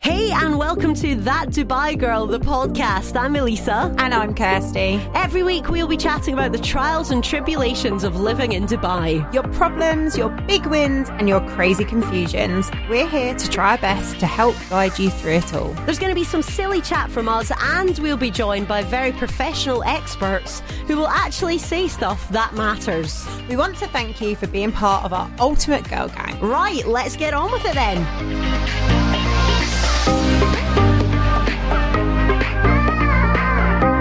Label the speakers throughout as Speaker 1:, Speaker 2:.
Speaker 1: Hey, and welcome to That Dubai Girl, the podcast. I'm Elisa.
Speaker 2: And I'm Kirsty.
Speaker 1: Every week, we'll be chatting about the trials and tribulations of living in Dubai.
Speaker 2: Your problems, your big wins, and your crazy confusions. We're here to try our best to help guide you through it all.
Speaker 1: There's going to be some silly chat from us, and we'll be joined by very professional experts who will actually say stuff that matters.
Speaker 2: We want to thank you for being part of our ultimate girl gang.
Speaker 1: Right, let's get on with it then.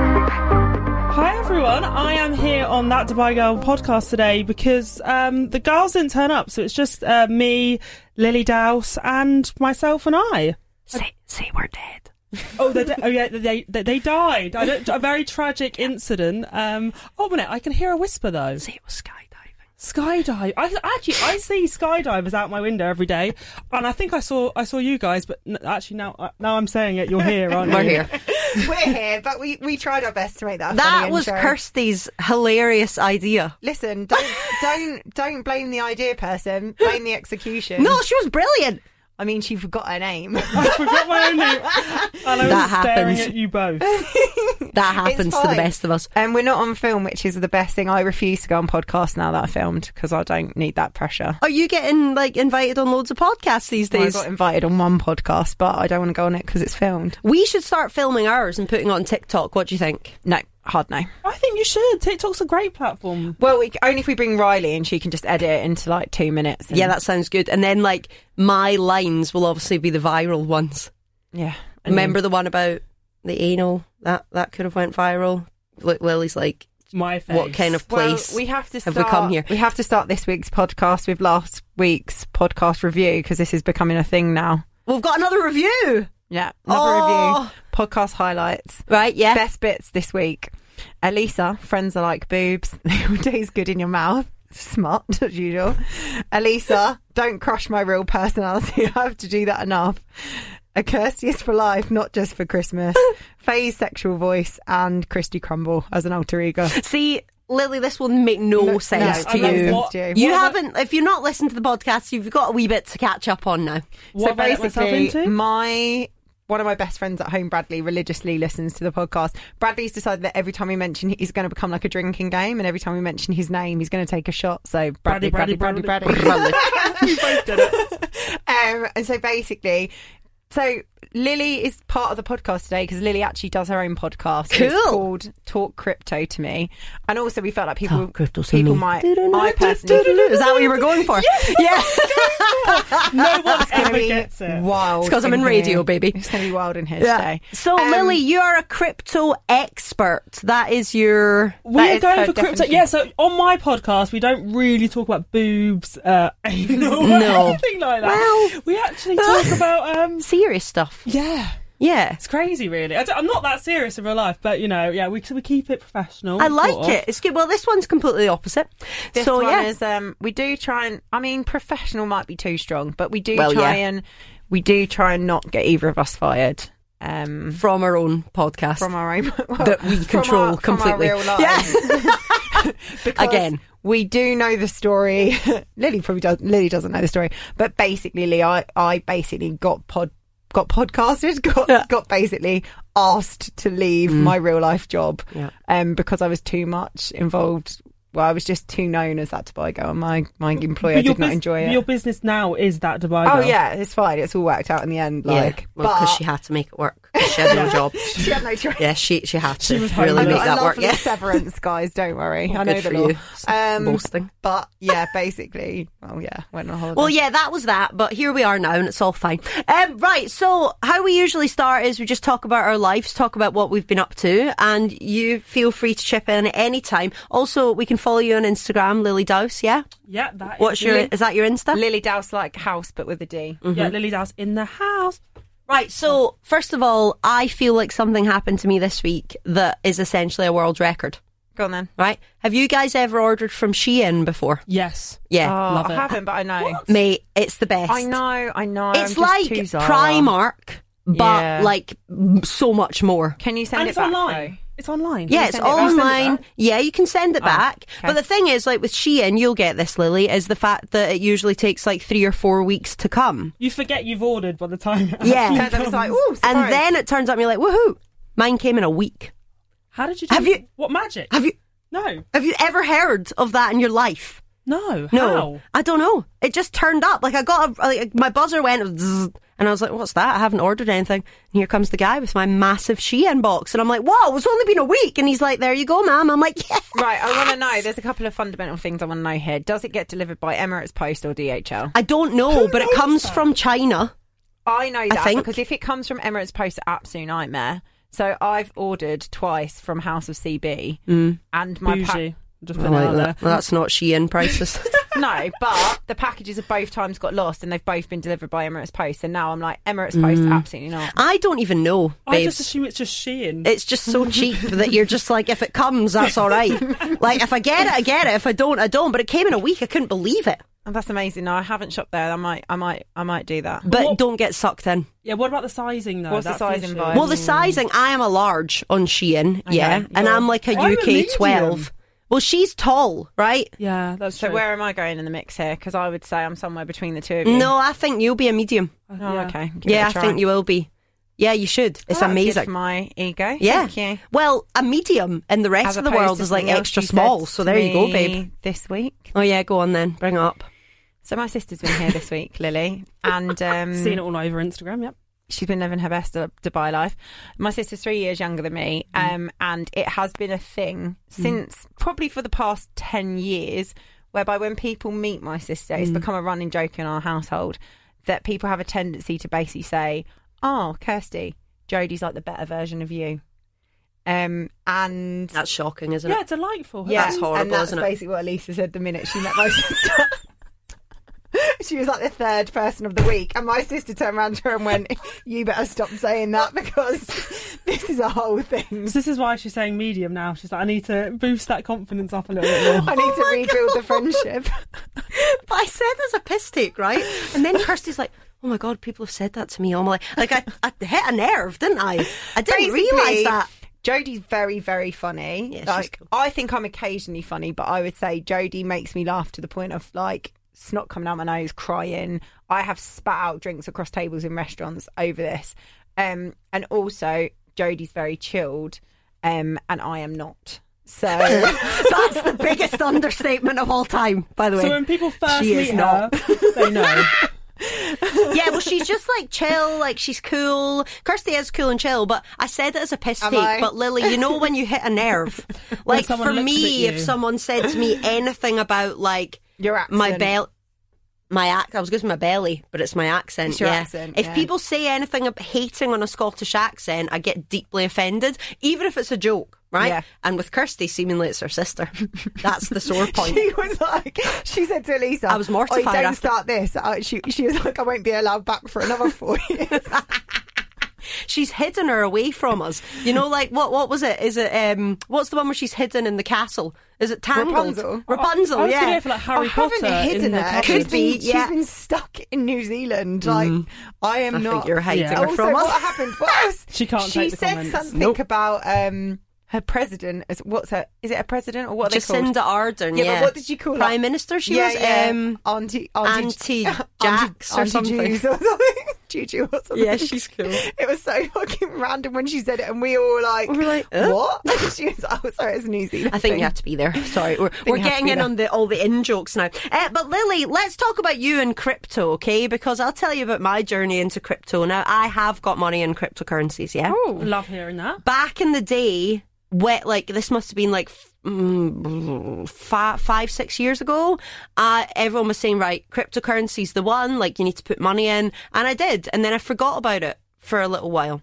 Speaker 3: Hi everyone, I am here on that Dubai Girl podcast today because um, the girls didn't turn up, so it's just uh, me, Lily Douse, and myself and I.
Speaker 1: Say, say we're dead.
Speaker 3: Oh, they oh yeah, they they, they died. I don't, a very tragic incident. Um, oh, minute, I can hear a whisper though.
Speaker 1: Say it was skydiving.
Speaker 3: Skydive. I actually I see skydivers out my window every day, and I think I saw I saw you guys, but n- actually now uh, now I'm saying it, you're here, aren't you?
Speaker 4: We're here.
Speaker 2: We're here, but we, we tried our best to make that. a
Speaker 1: That
Speaker 2: funny
Speaker 1: was
Speaker 2: intro.
Speaker 1: Kirsty's hilarious idea.
Speaker 2: Listen, don't don't don't blame the idea person. Blame the execution.
Speaker 1: No, she was brilliant.
Speaker 2: I mean she forgot her name.
Speaker 3: I forgot my own name, and I was
Speaker 1: That
Speaker 3: staring
Speaker 1: happens.
Speaker 3: at you both.
Speaker 1: That happens to the
Speaker 2: fine.
Speaker 1: best of us.
Speaker 2: And we're not on film, which is the best thing. I refuse to go on podcast now that I filmed because I don't need that pressure.
Speaker 1: Are you getting like invited on loads of podcasts these
Speaker 2: Oh, I
Speaker 1: days?
Speaker 2: got invited on one podcast, but I don't want to go on it because it's filmed.
Speaker 1: We should start filming ours and putting it on TikTok. What do you think?
Speaker 2: No, hard no.
Speaker 3: I think you should. TikTok's a great platform.
Speaker 2: Well, we, only if we bring Riley and she can just edit it into like two minutes. and-
Speaker 1: Yeah, that sounds good. And then like my lines will obviously be the viral ones.
Speaker 2: yeah. And
Speaker 1: Remember the one about the anal that that could have went viral. Look, Lily's like,
Speaker 3: My face.
Speaker 1: what kind of
Speaker 2: Well,
Speaker 1: place?
Speaker 2: we have to
Speaker 1: have
Speaker 2: start,
Speaker 1: we come here?
Speaker 2: We have to start this week's podcast with last week's podcast review because this is becoming a thing now.
Speaker 1: We've got another review,
Speaker 2: Yeah, another
Speaker 1: Oh.
Speaker 2: review. Podcast highlights.
Speaker 1: right? Yeah,
Speaker 2: Best bits this week. Elisa, friends are like boobs. They will taste good in your mouth. Smart as usual. Elisa, don't crush my real personality. I have to do that enough. A curse is for life, not just for Christmas. Faye's sexual voice and Christy Crumble as an alter ego.
Speaker 1: See, Lily, this will make no,
Speaker 2: No,
Speaker 1: sense
Speaker 2: no,
Speaker 1: to
Speaker 2: I love
Speaker 1: you.
Speaker 2: what-
Speaker 1: You
Speaker 3: what have I-
Speaker 1: haven't. If you're not listening to the podcast, you've got a wee bit to catch up on now.
Speaker 3: what have I let myself into?
Speaker 2: my one of my best friends at home, Bradley, religiously listens to the podcast. Bradley's decided that every time we mention he's going to become like a drinking game, and every time we mention his name, he's going to take a shot. So Bradley, Bradley, Bradley, Bradley.
Speaker 3: You both did it.
Speaker 2: um, and so basically. So Lily is part of the podcast today because Lily actually does her own podcast. It's
Speaker 1: Cool.
Speaker 2: called Talk Crypto to Me, and also we felt like people
Speaker 1: Talk Crypto to
Speaker 2: people
Speaker 1: Me.
Speaker 2: might. I personally
Speaker 1: Is that what you were going for? yeah.
Speaker 3: No one
Speaker 2: It's
Speaker 3: ever
Speaker 2: gonna be
Speaker 3: gets it.
Speaker 2: Wild.
Speaker 1: It's 'cause I'm in radio,
Speaker 2: here.
Speaker 1: baby.
Speaker 2: It's gonna be wild in here today.
Speaker 1: So,
Speaker 2: Um,
Speaker 1: Lily, you are a crypto expert. That is your.
Speaker 3: We
Speaker 2: That
Speaker 3: are
Speaker 2: is
Speaker 3: going
Speaker 2: her
Speaker 3: for crypto.
Speaker 2: definition.
Speaker 3: Yeah, so on my podcast, we don't really talk about boobs, uh, anal,
Speaker 1: No.
Speaker 3: or anything like that.
Speaker 1: Well-
Speaker 3: we actually talk about, um,
Speaker 1: Serious stuff.
Speaker 3: yeah,
Speaker 1: Yeah.
Speaker 3: it's crazy, really. I am not that serious in real life, but you know, yeah, we, we keep it professional.
Speaker 1: I like
Speaker 3: sort of.
Speaker 1: it. It's good. Well, this one's completely opposite.
Speaker 2: This
Speaker 1: so,
Speaker 2: one
Speaker 1: yeah.
Speaker 2: is um, we do try and I mean professional might be too strong, but we do
Speaker 1: Well,
Speaker 2: try
Speaker 1: yeah.
Speaker 2: and we do try and not get either of us fired. Um,
Speaker 1: from our own podcast.
Speaker 2: from our own well,
Speaker 1: That we
Speaker 2: from
Speaker 1: control
Speaker 2: our- from our
Speaker 1: completely.
Speaker 2: real lives. Because
Speaker 1: Again.
Speaker 2: we do know the story. Lily probably does. Lily doesn't know the story, but basically, Lee, I, I basically got pod got podcasted, got got basically asked to leave my real life job,
Speaker 1: Mm. Yeah.
Speaker 2: um, because I was too much involved. Well, I was just too known as that Dubai girl. and My my employer
Speaker 3: But your
Speaker 2: did not
Speaker 3: bus-
Speaker 2: enjoy it.
Speaker 3: Your business now is that Dubai.
Speaker 2: Oh
Speaker 3: girl.
Speaker 2: yeah, it's fine. It's all worked out in the end. Like,
Speaker 1: yeah. Well, because
Speaker 2: but
Speaker 1: she had to make it work. 'cause She had no job.
Speaker 2: she had no choice.
Speaker 1: Yeah, she she had to
Speaker 3: was
Speaker 1: really
Speaker 3: hungry.
Speaker 1: make
Speaker 2: I got
Speaker 1: that
Speaker 2: a
Speaker 1: work.
Speaker 2: lovely
Speaker 1: Yeah.
Speaker 2: severance, guys. Don't worry. I know
Speaker 1: Good
Speaker 2: the
Speaker 1: for
Speaker 2: law. Um,
Speaker 1: you. Boasting.
Speaker 2: But yeah, basically, oh yeah, went on holiday.
Speaker 1: Well, yeah, that was that, but here we are now, and it's all fine. Um, right, so how we usually start is we just talk about our lives, talk about what we've been up to, and you feel free to chip in at any time. Also, we can follow you on Instagram, Lily Douse. Yeah,
Speaker 3: Yeah, that is
Speaker 1: what's your is that your Insta?
Speaker 2: Lily Douse like house, but with a D.
Speaker 3: Yeah, Lily Dow's in the house.
Speaker 1: Right, so first of all, I feel like something happened to me this week that is essentially a world record.
Speaker 2: Go on then.
Speaker 1: Right? Have you guys ever ordered from Shein before?
Speaker 3: Yes.
Speaker 1: Yeah,
Speaker 2: Oh,
Speaker 3: Love
Speaker 2: I
Speaker 3: it.
Speaker 2: haven't, but I know.
Speaker 1: mate, it's the best.
Speaker 2: I know. I know. I'm
Speaker 1: It's
Speaker 2: just
Speaker 1: like
Speaker 2: too Zara.
Speaker 1: Primark, but
Speaker 2: Yeah.
Speaker 1: like m- so much more.
Speaker 2: Can you send
Speaker 3: And
Speaker 2: it
Speaker 3: it's
Speaker 2: back?
Speaker 3: online.
Speaker 2: though?
Speaker 3: It's online.
Speaker 1: Yeah, it's all online. Yeah, you can send it back.
Speaker 2: Oh, okay.
Speaker 1: But the thing is, like with Shein, you'll get this, Lily, is the fact that it usually takes like three or four weeks to come.
Speaker 3: You forget you've ordered by the time. it
Speaker 1: Yeah.
Speaker 2: And then it's like, ooh, surprise.
Speaker 1: And then it turns up and you're like, woohoo, mine came in a week.
Speaker 3: How did you do
Speaker 1: Have you-
Speaker 3: What magic?
Speaker 1: Have you
Speaker 3: no.
Speaker 1: have you ever heard of that in your life?
Speaker 3: No.
Speaker 1: No.
Speaker 3: How?
Speaker 1: I don't know. It just turned up. Like I got a, like my buzzer went zzz, and I was like, what's that? I haven't ordered anything. And here comes the guy with my massive Shein box and I'm like, whoa, it's only been a week. And he's like, there you go, ma'am. I'm like, yeah.
Speaker 2: Right, I want to know. There's a couple of fundamental things I want to know here. Does it get delivered by Emirates Post or DHL?
Speaker 1: I don't know,
Speaker 3: Who
Speaker 1: but it
Speaker 3: knows
Speaker 1: comes
Speaker 3: that?
Speaker 1: from China.
Speaker 2: I know that
Speaker 1: think.
Speaker 2: because if it comes from Emirates Post, it's an absolute nightmare. So I've ordered twice from House of CB, and my pack-
Speaker 3: Bougie. Just putting it out there.
Speaker 1: Well, that's not Shein prices.
Speaker 2: no, but the packages of both times got lost, and they've both been delivered by Emirates Post. And now I'm like, Emirates Post, absolutely not.
Speaker 1: I don't even know, babes.
Speaker 3: I just assume it's just Shein.
Speaker 1: it's just so cheap that you're just like, if it comes, that's all right. like, if I get it, I get it. If I don't, I don't. But it came in a week. I couldn't believe it.
Speaker 2: And that's amazing. No, I haven't shopped there. I might, I might, I might do that.
Speaker 1: But
Speaker 3: What-
Speaker 1: don't get sucked in.
Speaker 3: yeah. What about the sizing though?
Speaker 2: What's the
Speaker 3: That's
Speaker 2: sizing
Speaker 3: issue. Mm.
Speaker 2: vibe?
Speaker 1: Well, the sizing, I am a large on Shein, yeah. And I'm like a
Speaker 3: I'm a medium.
Speaker 1: UK 12. Well, she's tall, right?
Speaker 3: Yeah, that's
Speaker 2: So
Speaker 3: true.
Speaker 2: where am I going in the mix here? Because I would say I'm somewhere between the two of you.
Speaker 1: No, I think you'll be a medium.
Speaker 2: Oh,
Speaker 3: Yeah.
Speaker 2: okay. Give it
Speaker 1: Yeah,
Speaker 2: a
Speaker 1: I
Speaker 2: try.
Speaker 1: think you will be. Yeah, you should.
Speaker 2: Well,
Speaker 1: It's
Speaker 2: that's good
Speaker 1: amazing.
Speaker 2: for my ego.
Speaker 1: Yeah.
Speaker 2: Thank you.
Speaker 1: Well, a medium in the rest
Speaker 2: As
Speaker 1: of the
Speaker 2: opposed
Speaker 1: world
Speaker 2: to
Speaker 1: is like
Speaker 2: something else
Speaker 1: extra
Speaker 2: you said
Speaker 1: small. So
Speaker 2: to
Speaker 1: there you go, babe.
Speaker 2: me This week.
Speaker 1: Oh yeah, go on then. Bring it up.
Speaker 2: So my sister's been here this week, Lily, and um,
Speaker 3: Seen it all over Instagram. Yep.
Speaker 2: she's been living her best Du- Dubai life. My sister's three years younger than me, um, and it has been a thing since probably for the past 10 years, whereby when people meet my sister, it's become a running joke in our household that people have a tendency to basically say, Oh, Kirsty, Jodie's like the better version of you. Um, and
Speaker 1: That's shocking, isn't
Speaker 3: Yeah, delightful.
Speaker 1: Yeah. That's horrible,
Speaker 2: and that's
Speaker 1: isn't it?
Speaker 2: basically what Elisa said the minute she met my sister. she was like the third person of the week, and my sister turned around to her and went, "You better stop saying that because this is a whole thing.
Speaker 3: So this is why she's saying medium now. She's like, I need to boost that confidence up a little bit more.
Speaker 2: I
Speaker 1: Oh
Speaker 2: need to rebuild the friendship."
Speaker 1: But I said as a piss take, right? And then Kirsty's like, "Oh my god, people have said that to me." I'm like, like I, I hit a nerve, didn't I? I didn't realise
Speaker 2: Basically,
Speaker 1: that.
Speaker 2: Jodie's very, very funny.
Speaker 1: Yeah, she's
Speaker 2: like
Speaker 1: cool.
Speaker 2: I think I'm occasionally funny, but I would say Jodie makes me laugh to the point of like snot coming out my nose, crying. I have spat out drinks across tables in restaurants over this. Um, and also Jodie's very chilled, um, and I am not. So
Speaker 1: That's the biggest understatement of all time, by the way.
Speaker 3: So when people first
Speaker 1: She is
Speaker 3: meet her, they know.
Speaker 1: yeah, well, she's just like chill, like she's cool. Kirsty is cool and chill, but I said it as a piss
Speaker 2: Am
Speaker 1: take.
Speaker 2: I?
Speaker 1: But Lily, you know when you hit a nerve, like
Speaker 3: someone
Speaker 1: for
Speaker 3: looks
Speaker 1: me,
Speaker 3: at
Speaker 1: if
Speaker 3: you.
Speaker 1: someone said to me anything about like
Speaker 2: your accent,
Speaker 1: my bell my act I was going to say my belly but it's my accent
Speaker 2: It's your
Speaker 1: yeah
Speaker 2: accent,
Speaker 1: if
Speaker 2: yeah.
Speaker 1: people say anything ab hating on a Scottish accent I get deeply offended even if it's a joke right
Speaker 2: Yeah.
Speaker 1: and with Kirsty seemingly it's her sister that's the sore point
Speaker 2: She was like, she said to Elisa,
Speaker 1: I was mortified
Speaker 2: "Oi, don't
Speaker 1: after-
Speaker 2: start this." Uh, she, she was like, "I won't be allowed back for another four years."
Speaker 1: she's hidden her away from us you know like what what was it is it um what's the one where she's hidden in the castle is it Tangled
Speaker 2: Rapunzel. Oh,
Speaker 1: Rapunzel
Speaker 3: I was
Speaker 1: yeah
Speaker 3: gonna go for like Harry
Speaker 2: I
Speaker 3: Potter.
Speaker 2: haven't
Speaker 3: in
Speaker 2: hidden
Speaker 3: the
Speaker 2: her.
Speaker 3: cupboard.
Speaker 1: Could be,
Speaker 2: She's
Speaker 1: yeah. Mm.
Speaker 2: been stuck in New Zealand. Like I am
Speaker 1: I
Speaker 2: not.
Speaker 1: think you're hiding
Speaker 3: Yeah.
Speaker 1: her
Speaker 2: also,
Speaker 1: from
Speaker 2: what
Speaker 1: us
Speaker 2: happened was
Speaker 3: She can't
Speaker 2: She
Speaker 3: take the
Speaker 2: said
Speaker 3: comments.
Speaker 2: something
Speaker 1: Nope.
Speaker 2: about um her president. As what's her? Is it a president or what are they called?
Speaker 1: Jacinda Ardern
Speaker 2: Yeah,
Speaker 1: yeah,
Speaker 2: but what did you call
Speaker 1: prime
Speaker 2: her?
Speaker 1: minister she
Speaker 2: yeah,
Speaker 1: was
Speaker 2: yeah.
Speaker 1: um
Speaker 2: Auntie,
Speaker 1: Auntie
Speaker 2: Auntie,
Speaker 1: Jax or
Speaker 2: Auntie
Speaker 1: something.
Speaker 2: Jews or something. Juju or something.
Speaker 1: yeah she's cool
Speaker 2: It was so fucking random when she said it, and we all were like,
Speaker 1: We were like, "Huh?"
Speaker 2: "What?" she was, "Oh, sorry, it's New Zealand."
Speaker 1: I think
Speaker 2: thing.
Speaker 1: you have to be there. Sorry, we're, we're
Speaker 2: you have to
Speaker 1: getting
Speaker 2: be
Speaker 1: in
Speaker 2: there.
Speaker 1: on the all the in jokes now. Uh, but Lily, let's talk about you and crypto, okay? Because I'll tell you about my journey into crypto. Now, I have got money in cryptocurrencies, yeah.
Speaker 3: Love hearing that.
Speaker 1: Back in the day, wet like this must have been like f- mm, fi- five, six years ago. Uh, everyone was saying, right, cryptocurrency's the one. Like you need to put money in, and I did, and then I forgot about it for a little while.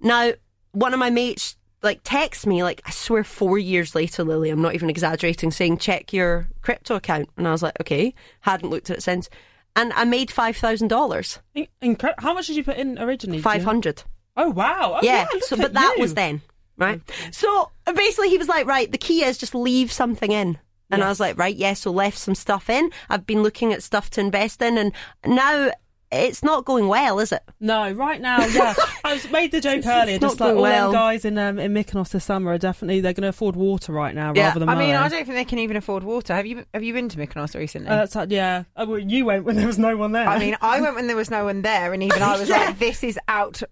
Speaker 1: Now, one of my mates like texts me like I swear four years later, Lily, I'm not even exaggerating, saying check your crypto account, and I was like, okay, hadn't looked at it since, and I made five thousand dollars,
Speaker 3: In- incre- How much did you put in originally? Did
Speaker 1: five
Speaker 3: you-
Speaker 1: hundred.
Speaker 3: Oh wow. Oh,
Speaker 1: Yeah.
Speaker 3: look
Speaker 1: so,
Speaker 3: at
Speaker 1: but that
Speaker 3: you. Mm.
Speaker 1: was then, right? So basically, he was like, right, the key is just leave something in. And I was like, right, yeah. So left some stuff in. I've been looking at stuff to invest in, and now it's not going well, is it?
Speaker 3: No, right now, yeah. I was made the joke earlier,
Speaker 1: not
Speaker 3: just like
Speaker 1: going
Speaker 3: all
Speaker 1: well.
Speaker 3: them guys in um, in Mykonos this summer are definitely they're going to afford water right now
Speaker 1: Yeah,
Speaker 3: rather than.
Speaker 2: I mean,
Speaker 3: Moa.
Speaker 2: I don't think they can even afford water. Have you have you been to Mykonos recently?
Speaker 3: Uh, that's like, yeah. Oh, well, you went when there was no one there.
Speaker 2: I mean, I went when there was no one there, and even I was like, "This is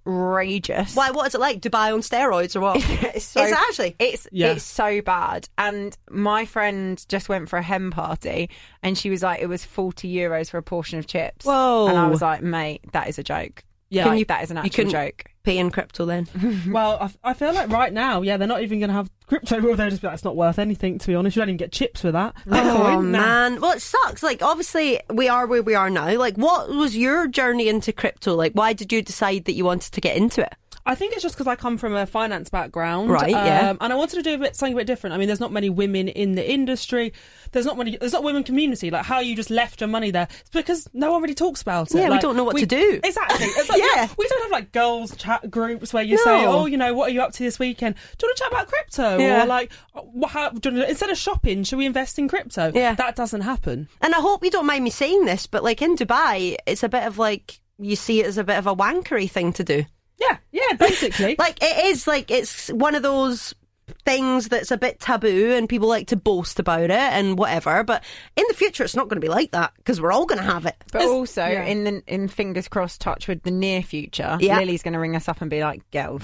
Speaker 2: outrageous."
Speaker 1: Why? What is it like? Dubai on steroids or what?
Speaker 2: It's so,
Speaker 1: Is it actually?
Speaker 2: It's
Speaker 3: Yeah.
Speaker 2: it's so bad. And my friend just went for a hen party, and she was like, "It was forty euros for a portion of chips."
Speaker 1: Whoa.
Speaker 2: And I was like, "Mate, that is a joke.
Speaker 3: yeah.
Speaker 2: Like, that is an actual
Speaker 1: couldn't-
Speaker 2: joke."
Speaker 1: Pay in crypto then.
Speaker 3: well, I, I feel like right now, yeah, they're not even going to have crypto. Will they just be like, it's not worth anything? To be honest, you don't even get chips with that.
Speaker 1: Oh
Speaker 3: Bitcoin, nah.
Speaker 1: man. Well, it sucks. Like, obviously, we are where we are now. Like, what was your journey into crypto? Like, why did you decide that you wanted to get into it?
Speaker 3: I think it's just because I come from a finance background, um,
Speaker 1: Right, yeah.
Speaker 3: And I wanted to do a bit something a bit different. I mean, there's not many women in the industry. There's not many. There's not women community. Like how you just left your money there. It's because no one really talks about it.
Speaker 1: Yeah, we
Speaker 3: Like,
Speaker 1: don't know what to do.
Speaker 3: Exactly. It's like,
Speaker 1: Yeah.
Speaker 3: yeah. We don't have like girls chat groups where you
Speaker 1: No.
Speaker 3: say, oh, you know, what are you up to this weekend? Do you want to chat about crypto?
Speaker 1: Yeah.
Speaker 3: Or like, oh, wha- how, do you wanna- instead of shopping, should we invest in crypto?
Speaker 1: Yeah.
Speaker 3: That doesn't happen.
Speaker 1: And I hope you don't mind me saying this, but like in Dubai, it's a bit of like you see it as a bit of a wankery thing to do.
Speaker 3: Yeah. Yeah. Basically.
Speaker 1: Like it is like it's one of those things that's a bit taboo and people like to boast about it and whatever. But in the future, it's not going to be like that because we're all going to have it.
Speaker 2: But
Speaker 3: It's-
Speaker 2: also,
Speaker 3: yeah.
Speaker 2: in the in fingers crossed, touch with the near future,
Speaker 1: Yeah.
Speaker 2: Lily's going to ring us up and be like, "Girls,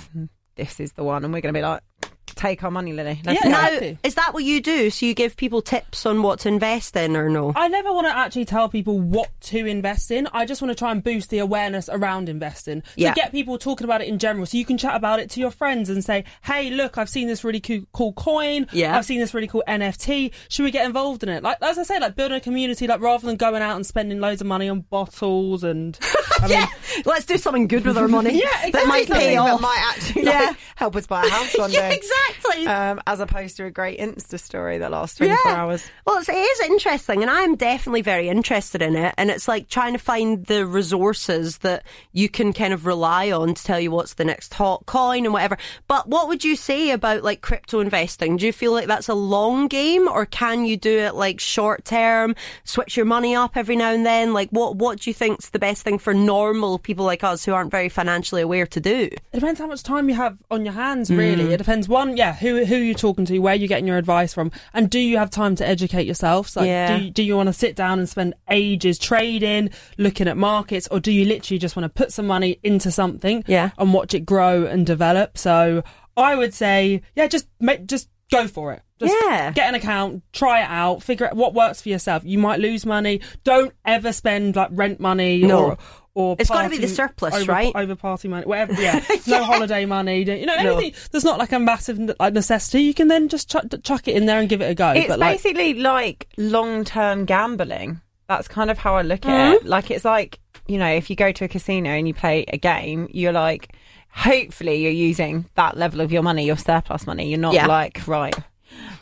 Speaker 2: this is the one," and we're going to be like, "Take our money, Lily." Let's
Speaker 3: Yeah.
Speaker 2: go."
Speaker 1: Now,
Speaker 3: Exactly.
Speaker 1: is that what you do? So you give people tips on what to invest in or no?
Speaker 3: I never want to actually tell people what to invest in. I just want to try and boost the awareness around investing to
Speaker 1: Yeah.
Speaker 3: get people talking about it in general. So you can chat about it to your friends and say, "Hey, look, I've seen this really coo- cool coin.
Speaker 1: Yeah.
Speaker 3: I've seen this really cool NFT. Should we get involved in it?" Like as I say, like building a community, like rather than going out and spending loads of money on bottles and I mean,
Speaker 1: Let's do something good with our money.
Speaker 3: Yeah,
Speaker 1: That
Speaker 3: exactly.
Speaker 1: might pay
Speaker 2: Something
Speaker 1: off.
Speaker 2: that might actually like,
Speaker 1: Yeah.
Speaker 2: help us buy a house one
Speaker 1: yeah,
Speaker 2: day.
Speaker 1: exactly.
Speaker 2: Um, as opposed to a great Insta story that lasts 24 hours.
Speaker 1: Well, it's, it is interesting, and I'm definitely very interested in it. And it's like trying to find the resources that you can kind of rely on to tell you what's the next hot coin and whatever. But what would you say about like crypto investing? Do you feel like that's a long game, or can you do it like short term? Switch your money up every now and then. Like, what what do you think's the best thing for normal people like us who aren't very financially aware to do?
Speaker 3: It depends how much time you have on your hands,
Speaker 1: Mm.
Speaker 3: really. It depends one, yeah, who who you're talking to, where you're getting your advice from, and do you have time to educate yourself? So, like,
Speaker 1: Yeah.
Speaker 3: do you, do you want to sit down and spend ages trading, looking at markets, or do you literally just want to put some money into something,
Speaker 1: Yeah.
Speaker 3: and watch it grow and develop? So, I would say, yeah, just make, just go for it. Just
Speaker 1: Yeah.
Speaker 3: get an account, try it out, figure out what works for yourself. You might lose money. Don't ever spend like rent money
Speaker 1: No.
Speaker 3: or or
Speaker 1: It's gotta be the
Speaker 3: party-
Speaker 1: surplus,
Speaker 3: over-
Speaker 1: right?
Speaker 3: over party money, whatever. Yeah, no holiday money. don't- You know, anything there's not like a massive n- like, necessity. You can then just chuck, chuck it in there and give it a go.
Speaker 2: It's
Speaker 3: but like,
Speaker 2: basically like long term gambling. That's kind of how I look at it. Like, it's like, you know, if you go to a casino and you play a game, you're like, hopefully you're using that level of your money, your surplus money. You're not
Speaker 1: Yeah.
Speaker 2: like, right,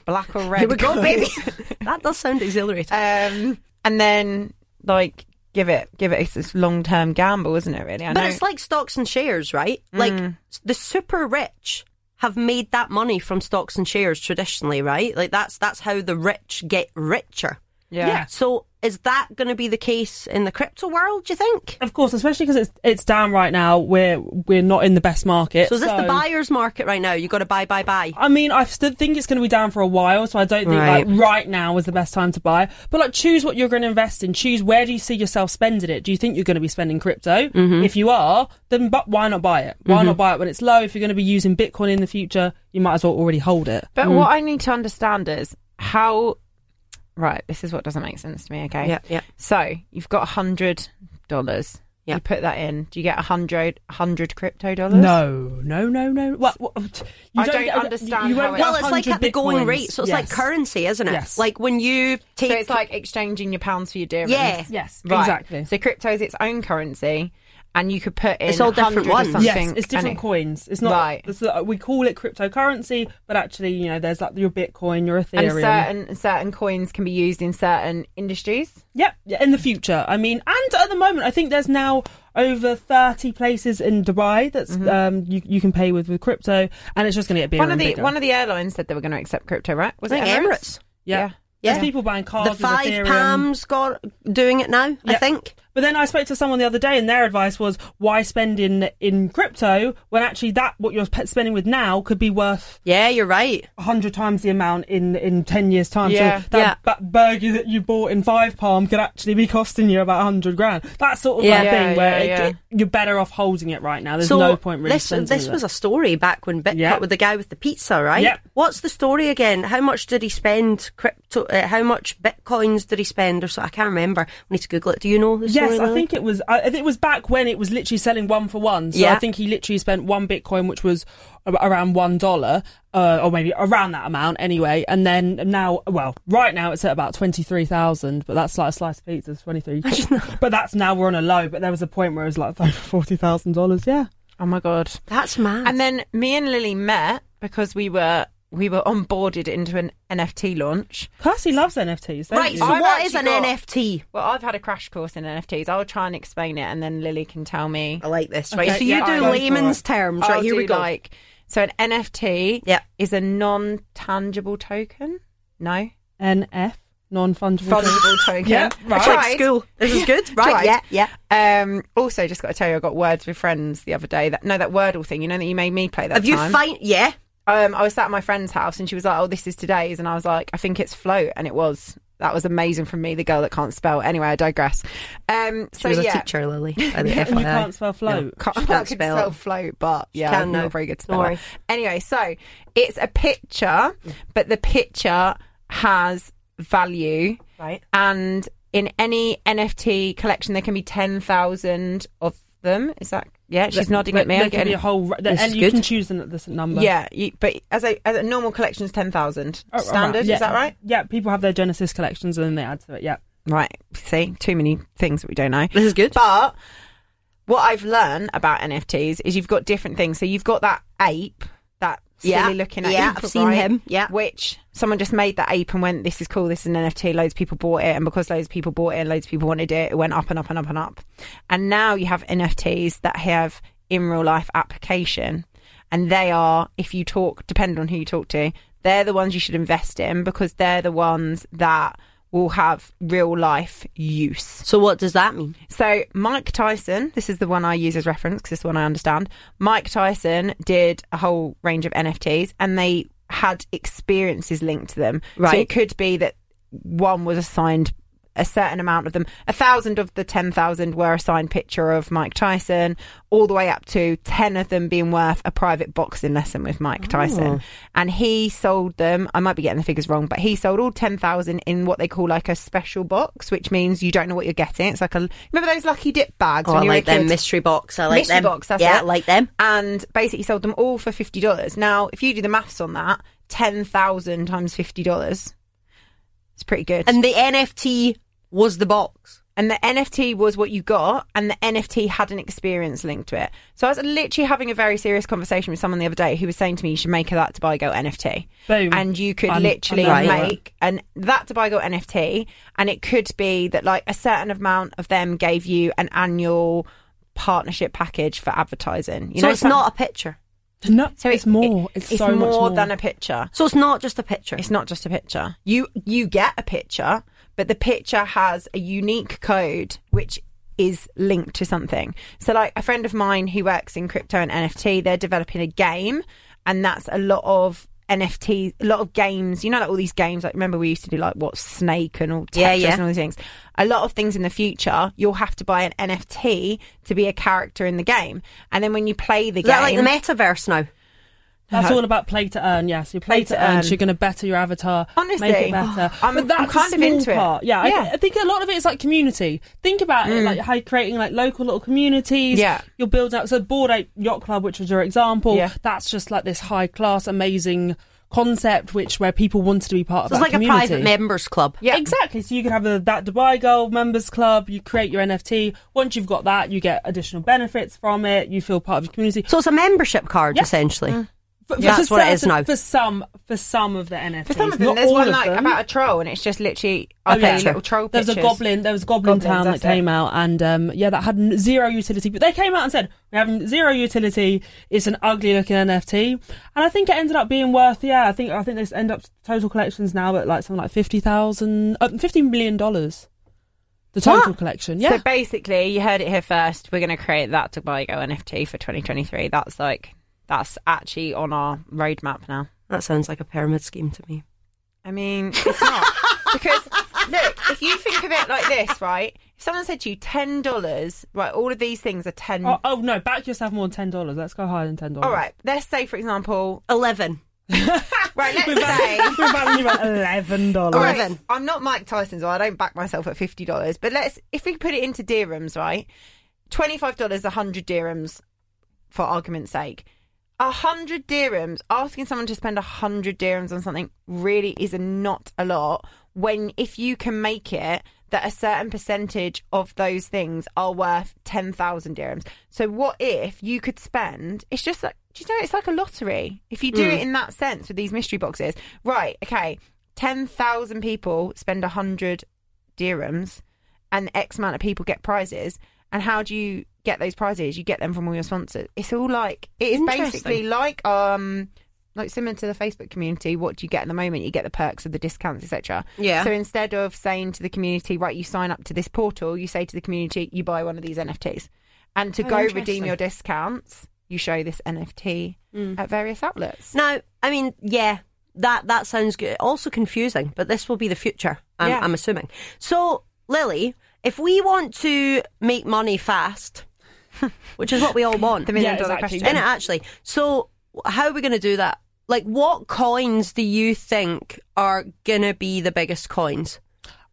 Speaker 2: black or red.
Speaker 1: Here we go,
Speaker 2: guys.
Speaker 1: baby. that does sound exhilarating.
Speaker 2: um, and then like give it give it it's this long term gamble, isn't it? Really, I
Speaker 1: But
Speaker 2: know.
Speaker 1: it's like stocks and shares, right? Like s- the super rich have made that money from stocks and shares traditionally, right? Like that's that's how the rich get richer.
Speaker 2: yeah.
Speaker 3: yeah.
Speaker 1: So is that going to be the case in the crypto world? Do you think?
Speaker 3: of course, especially because it's it's down right now. We're we're not in the best market.
Speaker 1: So is this the buyer's market right now? You got to buy, buy, buy.
Speaker 3: I mean, I still think it's going to be down for a while, so I don't think
Speaker 1: Right.
Speaker 3: like right now is the best time to buy. But like, choose what you're going to invest in. Choose where do you see yourself spending it. Do you think you're going to be spending crypto?
Speaker 1: Mm-hmm.
Speaker 3: If you are, then but why not buy it? Why not buy it when it's low? If you're going to be using Bitcoin in the future, you might as well already hold it.
Speaker 2: But what I need to understand is how. Right, this is what doesn't make sense to me. Okay,
Speaker 1: Yeah, yeah.
Speaker 2: So you've got a hundred dollars.
Speaker 1: Yeah.
Speaker 2: You put that in. Do you get a hundred hundred crypto dollars?
Speaker 3: No, no, no, no. Well, well, you
Speaker 2: I don't
Speaker 3: get-
Speaker 2: understand
Speaker 3: You, you won't
Speaker 2: how it-
Speaker 3: get
Speaker 1: Well, it's like
Speaker 3: 100
Speaker 1: at the going
Speaker 3: Bitcoins.
Speaker 1: rate, so it's like
Speaker 3: Yes.
Speaker 1: currency, isn't it?
Speaker 3: Yes.
Speaker 1: Like when you take,
Speaker 2: So it's like exchanging your pounds for your dirhams.
Speaker 1: yeah,
Speaker 3: Yes,
Speaker 2: Right.
Speaker 3: exactly.
Speaker 2: So crypto is its own currency, and you could put in
Speaker 1: It's all different
Speaker 2: 100 or
Speaker 1: ones. Yes,
Speaker 2: something,
Speaker 3: Yes, it's
Speaker 2: and
Speaker 3: different
Speaker 2: it-
Speaker 3: coins. It's not.
Speaker 2: Right.
Speaker 3: it's, uh, we call it cryptocurrency, but actually, you know, there's like your Bitcoin, your
Speaker 2: and
Speaker 3: Ethereum.
Speaker 2: certain certain coins can be used in certain industries.
Speaker 3: Yep, yeah, in the future. I mean, and at the moment, I think there's now over 30 places in Dubai that's
Speaker 1: Mm-hmm.
Speaker 3: um, you, you can pay with with crypto, and it's just going to get bigger.
Speaker 2: one of
Speaker 3: and
Speaker 2: the
Speaker 3: bigger.
Speaker 2: one of the airlines said they were going to accept crypto, right?
Speaker 1: I
Speaker 2: Was
Speaker 1: think
Speaker 2: it
Speaker 1: Emirates,
Speaker 3: yeah.
Speaker 2: Yeah.
Speaker 1: Yeah.
Speaker 3: There's people buying cards.
Speaker 1: the
Speaker 3: with
Speaker 1: five
Speaker 3: Ethereum.
Speaker 1: palms got doing it now. I
Speaker 3: Yeah.
Speaker 1: think.
Speaker 3: But then I spoke to someone the other day, and their advice was, "Why spend in in crypto when actually that what you're pe- spending with now could be worth
Speaker 1: Yeah, you're right.
Speaker 3: a hundred times the amount in in ten years' time?
Speaker 2: Yeah.
Speaker 3: So that,
Speaker 1: Yeah.
Speaker 3: that burger that you bought in five palm could actually be costing you about a hundred grand. That sort of
Speaker 1: Yeah.
Speaker 3: like
Speaker 2: Yeah,
Speaker 3: thing where
Speaker 2: yeah,
Speaker 3: it- you're better off holding it right now. There's
Speaker 1: so
Speaker 3: no point really.
Speaker 1: this
Speaker 3: spending
Speaker 1: this
Speaker 3: it.
Speaker 1: was a story back when Bitcoin
Speaker 3: Yep.
Speaker 1: with the guy with the pizza, right?
Speaker 3: Yep.
Speaker 1: What's the story again? How much did he spend crypto? Uh, how much bitcoins did he spend or so? I can't remember. We need to Google it. Do you know the story?
Speaker 3: Yes, I
Speaker 1: Lily?
Speaker 3: think it was. I, it was back when it was literally selling one for one. So
Speaker 1: Yeah.
Speaker 3: I think he literally spent one Bitcoin, which was a- around one dollar, uh, or maybe around that amount anyway. And then now, well, right now it's at about twenty three thousand, but that's like a slice of pizza, twenty three. But that's now we're on a low. But there was a point where it was like over forty thousand dollars. Yeah,
Speaker 2: Oh my god.
Speaker 1: that's mad.
Speaker 2: And then me and Lily met because we were we were onboarded into an NFT launch.
Speaker 3: Kirsty loves NFTs. don't
Speaker 1: right.
Speaker 3: you?
Speaker 1: So
Speaker 2: I've
Speaker 1: what is
Speaker 2: actually
Speaker 1: an
Speaker 2: got-
Speaker 1: NFT?
Speaker 2: Well, I've had a crash course in NFTs. I'll try and explain it, and then Lily can tell me.
Speaker 1: I like this. Right.
Speaker 3: Okay,
Speaker 1: so you
Speaker 2: yeah, I'll
Speaker 1: do
Speaker 2: go for
Speaker 1: layman's
Speaker 3: it.
Speaker 1: terms.
Speaker 2: I'll
Speaker 1: Right. here
Speaker 2: Oh, do
Speaker 1: we go.
Speaker 2: Like so, an NFT
Speaker 1: Yeah.
Speaker 2: is a non-tangible token. No
Speaker 3: NF non fungible.
Speaker 2: fungible token.
Speaker 3: Yeah,
Speaker 2: I
Speaker 3: right.
Speaker 1: It's like
Speaker 2: tried.
Speaker 1: school. This is good. Right.
Speaker 2: Tried.
Speaker 1: Yeah. Yeah.
Speaker 2: Um, also, just got to tell you, I got words with friends the other day. That no, that Wordle thing. You know that you made me play that.
Speaker 1: Have you
Speaker 2: time?
Speaker 1: find? Yeah.
Speaker 2: um, I was sat at my friend's house and she was like, "Oh, this is today's," and I was like, "I think it's float," and it was. That was amazing from me, the girl that can't spell. Anyway, I digress. Um, so
Speaker 1: She was
Speaker 2: yeah,
Speaker 1: a teacher, Lily. By the
Speaker 3: You can't
Speaker 1: FYI.
Speaker 3: spell float.
Speaker 2: Can't,
Speaker 1: She
Speaker 2: I
Speaker 1: can't
Speaker 2: could
Speaker 1: spell.
Speaker 2: spell. float, but yeah,
Speaker 1: can
Speaker 2: I'm
Speaker 1: now.
Speaker 2: not a very good
Speaker 1: Don't
Speaker 2: speller.
Speaker 1: worry.
Speaker 2: Anyway, so it's a picture, but the picture has value,
Speaker 1: Right.
Speaker 2: and in any NFT collection, there can be ten thousand of them. Is that yeah? She's nodding at me.
Speaker 3: There
Speaker 2: I'm
Speaker 3: could be
Speaker 2: getting-
Speaker 3: a whole, ra-
Speaker 1: This
Speaker 3: and
Speaker 1: is
Speaker 3: you
Speaker 1: good.
Speaker 3: can choose the, the number.
Speaker 2: yeah, you, but as a, as a normal collection is ten thousand
Speaker 3: Oh, all right.
Speaker 2: standard.
Speaker 3: Yeah.
Speaker 2: Is that right?
Speaker 3: Yeah, people have their Genesis collections and then they add to it. Yeah.
Speaker 2: Right. See, too many things that we don't know.
Speaker 1: This is good.
Speaker 2: But what I've learned about NFTs is you've got different things. So you've got that ape, that silly
Speaker 1: Yeah.
Speaker 2: looking ape.
Speaker 1: Yeah, I've
Speaker 2: right?
Speaker 1: seen him. Yeah.
Speaker 2: Which someone just made that ape and went, This is cool, this is an NFT, loads of people bought it, and because loads of people bought it, loads of people wanted it, it went up and up and up and up. And now you have NFTs that have in real life application. And they are, if you talk, depending on who you talk to, they're the ones you should invest in because they're the ones that will have real life use.
Speaker 1: So what does that mean?
Speaker 2: So Mike Tyson, this is the one I use as reference because it's the one I understand. Mike Tyson did a whole range of NFTs, and they had experiences linked to them. So
Speaker 1: Right.
Speaker 2: it could be that one was assigned a certain amount of them. A thousand of the ten thousand were assigned picture of Mike Tyson, all the way up to ten of them being worth a private boxing lesson with
Speaker 1: Oh.
Speaker 2: Mike Tyson. And he sold them. I might be getting the figures wrong, but he sold all ten thousand in what they call like a special box, which means you don't know what you're getting. It's like a remember those lucky dip bags
Speaker 1: Oh,
Speaker 2: when
Speaker 1: I
Speaker 2: you were
Speaker 1: like
Speaker 2: a kid?
Speaker 1: them. Mystery box. I like
Speaker 2: mystery
Speaker 1: them.
Speaker 2: box. That's
Speaker 1: yeah,
Speaker 2: it.
Speaker 1: I like them.
Speaker 2: And basically sold them all for fifty dollars. Now, if you do the maths on that, ten thousand times fifty dollars, it's pretty good.
Speaker 1: And the NFT was the box.
Speaker 2: and the NFT was what you got, and the NFT had an experience linked to it. So I was literally having a very serious conversation with someone the other day who was saying to me, "You should make a that to buy girl NFT."
Speaker 3: Boom.
Speaker 2: and you could
Speaker 3: I'm- I'm
Speaker 2: literally
Speaker 3: loving that.
Speaker 2: make an that to buy girl NFT, and it could be that like a certain amount of them gave you an annual partnership package for advertising. You
Speaker 1: so
Speaker 2: know,
Speaker 1: it's
Speaker 2: some-
Speaker 1: not a picture.
Speaker 3: No, so
Speaker 2: it-
Speaker 3: it's more.
Speaker 2: it-
Speaker 3: it's, so much more
Speaker 2: than a picture.
Speaker 1: So it's not just a picture.
Speaker 2: It's not just a picture. You you get a picture, but the picture has a unique code which is linked to something. So like a friend of mine who works in crypto and NFT, they're developing a game and that's a lot of NFT, a lot of games, you know, like all these games. Like, remember, we used to do like what Snake and all Tetris
Speaker 1: Yeah, yeah.
Speaker 2: and all these things. A lot of things in the future, you'll have to buy an NFT to be a character in the game, and then when you play the
Speaker 1: Is
Speaker 2: game,
Speaker 1: that like the metaverse now?
Speaker 3: That's all about play to earn. Yes, you play, to, earn. so you're going to better your avatar.
Speaker 2: Honestly, Oh,
Speaker 3: make it better.
Speaker 2: I'm-
Speaker 3: but that's
Speaker 2: I'm kind
Speaker 3: a
Speaker 2: of
Speaker 3: small
Speaker 2: into it.
Speaker 3: part. Yeah,
Speaker 2: Yeah. Mm.
Speaker 3: I, I think a lot of it is like community. Think about it, like how you're creating like local little communities.
Speaker 2: Yeah.
Speaker 3: you're building up. So Board Ape Yacht Club, which was your example,
Speaker 2: Yeah.
Speaker 3: that's just like this high class, amazing concept, which where people wanted to be part
Speaker 1: So
Speaker 3: of.
Speaker 1: it's
Speaker 3: that
Speaker 1: like
Speaker 3: community.
Speaker 1: a private members club.
Speaker 2: Yeah.
Speaker 3: Exactly. So you could have a, that Dubai Girl members club. You create your NFT. Once you've got that, you get additional benefits from it. You feel part of your community.
Speaker 1: So it's a membership card
Speaker 3: Yeah.
Speaker 1: essentially.
Speaker 2: Mm.
Speaker 3: For,
Speaker 1: Yeah. That's what it is now.
Speaker 3: For some, for some of the NFTs,
Speaker 2: For some of them,
Speaker 3: not
Speaker 2: there's
Speaker 3: all
Speaker 2: one
Speaker 3: of
Speaker 2: like
Speaker 3: them.
Speaker 2: about a troll, and it's just literally
Speaker 1: Oh,
Speaker 2: a
Speaker 1: yeah.
Speaker 2: little troll
Speaker 3: There was a
Speaker 2: pictures.
Speaker 3: goblin. There was Goblin
Speaker 2: Goblins,
Speaker 3: Town that
Speaker 2: that's it.
Speaker 3: came out, and um, yeah, that had n- zero utility. But they came out and said we have zero utility. It's an ugly looking NFT, and I think it ended up being worth. Yeah, I think I think this end up total collections now at like something like fifty thousand, uh, fifteen million dollars. The total
Speaker 2: What?
Speaker 3: collection. Yeah.
Speaker 2: So basically, you heard it here first. We're going to create that Tobago NFT for 2023. That's like that's actually on our roadmap now.
Speaker 1: That sounds like a pyramid scheme to me.
Speaker 2: I mean, it's not because look, if you think of it like this, right? If someone said to you ten dollars, right? All of these things are ten.
Speaker 1: Mm.
Speaker 3: oh, oh, no, back yourself more than ten dollars. Let's go higher than ten dollars.
Speaker 2: all right. Let's say, for example,
Speaker 1: Eleven.
Speaker 2: right. Let's
Speaker 3: We're
Speaker 2: say.
Speaker 3: valuing we're valuing around eleven dollars.
Speaker 1: All right.
Speaker 2: Right, I'm not Mike Tyson, so I don't back myself at fifty dollars. But let's if we put it into dirhams, right? Twenty five dollars, hundred dirhams, for argument's sake. A hundred dirhams, asking someone to spend a hundred dirhams on something really is a not a lot. When if you can make it that a certain percentage of those things are worth ten thousand dirhams. So what if you could spend? It's just like do you know? It's like a lottery. If you do it in that sense with these mystery boxes, right? Okay, ten thousand people spend a hundred dirhams and X amount of people get prizes. And how do you get those prizes? You get them from all your sponsors. It's all like it is
Speaker 1: Interesting.
Speaker 2: basically like um like similar to the Facebook community. What do you get at the moment? You get the perks of the discounts, etc.
Speaker 1: Yeah.
Speaker 2: So instead of saying to the community, right, you sign up to this portal, you say to the community, you buy one of these NFTs, and to
Speaker 1: Oh,
Speaker 2: go
Speaker 1: interesting. Mm.
Speaker 2: redeem your discounts, you show this NFT at various outlets.
Speaker 1: Now, I mean, yeah, that that sounds good. Also confusing, but this will be the future. I'm,
Speaker 2: Yeah.
Speaker 1: I'm assuming. So, Lily, if we want to make money fast, which is what we all want,
Speaker 2: The million
Speaker 3: Yeah,
Speaker 2: dollar
Speaker 3: exactly.
Speaker 1: in it
Speaker 2: question.
Speaker 1: actually. So, how are we going to do that? Like, what coins do you think are gonna be the biggest coins?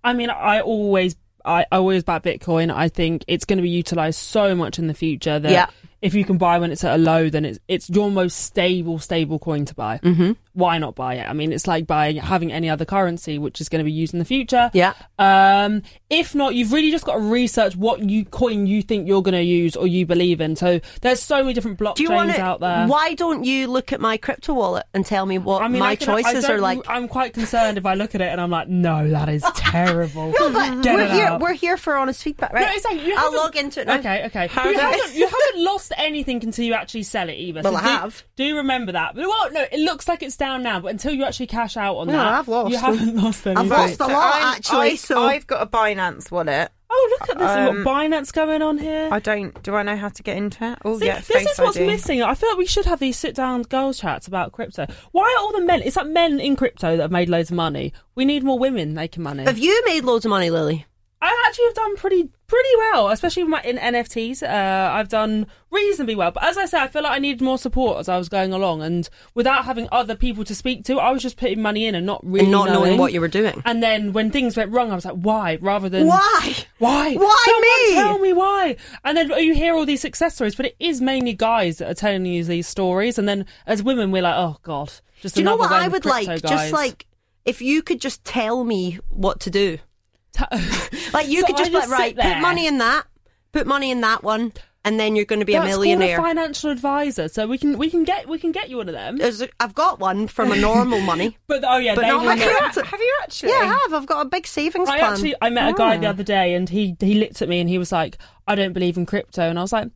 Speaker 3: I mean, I always, I, I always buy Bitcoin. I think it's going to be utilized so much in the future that
Speaker 1: Yeah.
Speaker 3: if you can buy when it's at a low, then it's it's your most stable, stable coin to buy. Mm-hmm. Why not buy it? I mean, it's like buying having any other currency, which is going to be used in the future.
Speaker 1: Yeah.
Speaker 3: Um, if not, you've really just got to research what you coin you think you're going to use or you believe in. So there's so many different
Speaker 1: Do you want
Speaker 3: blockchains
Speaker 1: to?
Speaker 3: out there.
Speaker 1: Why don't you look at my crypto wallet and tell me what
Speaker 3: I mean,
Speaker 1: my
Speaker 3: I can- I
Speaker 1: choices
Speaker 3: don't-
Speaker 1: are like?
Speaker 3: I'm quite concerned if I look at it and I'm like, no, that is terrible.
Speaker 1: No, but
Speaker 3: Get
Speaker 1: we're
Speaker 3: it
Speaker 1: here.
Speaker 3: out.
Speaker 1: We're here for honest feedback,
Speaker 3: No,
Speaker 1: right?
Speaker 3: it's like you
Speaker 1: I'll
Speaker 3: haven't-
Speaker 1: log into it. Now.
Speaker 3: Okay, okay.
Speaker 2: How
Speaker 3: you,
Speaker 2: do I-
Speaker 3: haven't, you haven't lost anything until you actually sell it either.
Speaker 1: Well, I
Speaker 3: do,
Speaker 1: have.
Speaker 3: Do remember that. But, well, no, it looks like it's down now, but until you actually cash out on
Speaker 1: No,
Speaker 3: that,
Speaker 1: I've lost.
Speaker 3: You haven't lost anything.
Speaker 1: lost a lot, actually,
Speaker 2: I,
Speaker 1: so-
Speaker 2: I've got a Binance wallet.
Speaker 3: Oh, look at this! We've
Speaker 2: Um,
Speaker 3: got Binance going on here.
Speaker 2: I don't. Do I know how to get into it? Oh,
Speaker 3: See,
Speaker 2: yeah.
Speaker 3: this
Speaker 2: Face
Speaker 3: is what's
Speaker 2: ID.
Speaker 3: missing. I feel like we should have these sit-down girls chats about crypto. Why are all the men? It's like men in crypto that have made loads of money. We need more women making money.
Speaker 1: Have you made loads of money, Lily?
Speaker 3: I actually have done pretty pretty well, especially with my, in NFTs. Uh, I've done reasonably well, but as I said, I feel like I needed more support as I was going along, and without having other people to speak to, I was just putting money in and not really
Speaker 1: And not knowing what you were doing.
Speaker 3: And then when things went wrong, I was like, why? Rather than
Speaker 1: Why?
Speaker 3: Why?
Speaker 1: Why
Speaker 3: Someone
Speaker 1: me?
Speaker 3: Tell me why. And then you hear all these success stories, but it is mainly guys that are telling you these stories. And then as women, we're like, oh god. Just
Speaker 1: Do you know
Speaker 3: another
Speaker 1: what
Speaker 3: lame
Speaker 1: I would like?
Speaker 3: crypto
Speaker 1: Just
Speaker 3: guys.
Speaker 1: like if you could just tell me what to do. Like you
Speaker 3: So
Speaker 1: could just,
Speaker 3: I
Speaker 1: be like
Speaker 3: sit
Speaker 1: right,
Speaker 3: there.
Speaker 1: put money in that, put money in that one, and then you're going to be
Speaker 3: That's
Speaker 1: a
Speaker 3: called
Speaker 1: millionaire.
Speaker 3: financial advisor, so we can we can get we can get you one of them.
Speaker 1: There's a- I've got one from a normal money.
Speaker 3: But oh yeah,
Speaker 1: But
Speaker 3: they
Speaker 1: not
Speaker 3: will
Speaker 1: my
Speaker 2: Have
Speaker 3: not-
Speaker 2: you, a- have you actually?
Speaker 1: Yeah, I have. I've got a big savings
Speaker 3: I
Speaker 1: plan.
Speaker 3: actually I met a guy the other day and he he looked at me and he was like, I don't believe in crypto and I was like,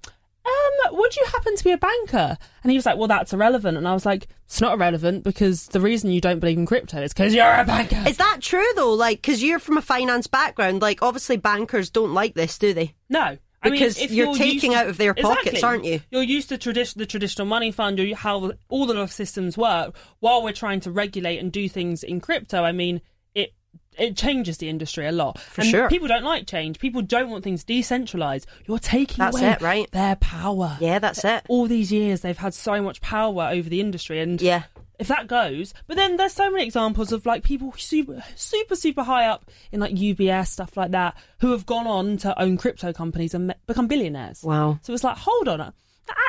Speaker 3: um, would you happen to be a banker? And he was like, Well that's irrelevant and I was like, It's not irrelevant because the reason you don't believe in crypto is because you're a banker.
Speaker 1: Is that true though? Like, because you're from a finance background, like obviously bankers don't like this, do they?
Speaker 3: no.
Speaker 1: Because
Speaker 3: I mean, if
Speaker 1: you're
Speaker 3: you're,
Speaker 1: taking
Speaker 3: used to-
Speaker 1: out of their pockets,
Speaker 3: Exactly.
Speaker 1: aren't you?
Speaker 3: You're used to tradi- the traditional money fund, or how all the systems work. While we're trying to regulate and do things in crypto, I mean, it it changes the industry a lot. For
Speaker 1: sure.
Speaker 3: people don't like change. People don't want things decentralized. You're taking
Speaker 1: That's
Speaker 3: away
Speaker 1: it, right?
Speaker 3: their power.
Speaker 1: Yeah, that's it.
Speaker 3: All these years, they've had so much power over the industry, and
Speaker 1: Yeah.
Speaker 3: if that goes, but then there's so many examples of like people super, super, super high up in like UBS stuff like that who have gone on to own crypto companies and me- become billionaires.
Speaker 1: Wow.
Speaker 3: So it's like, hold on, uh,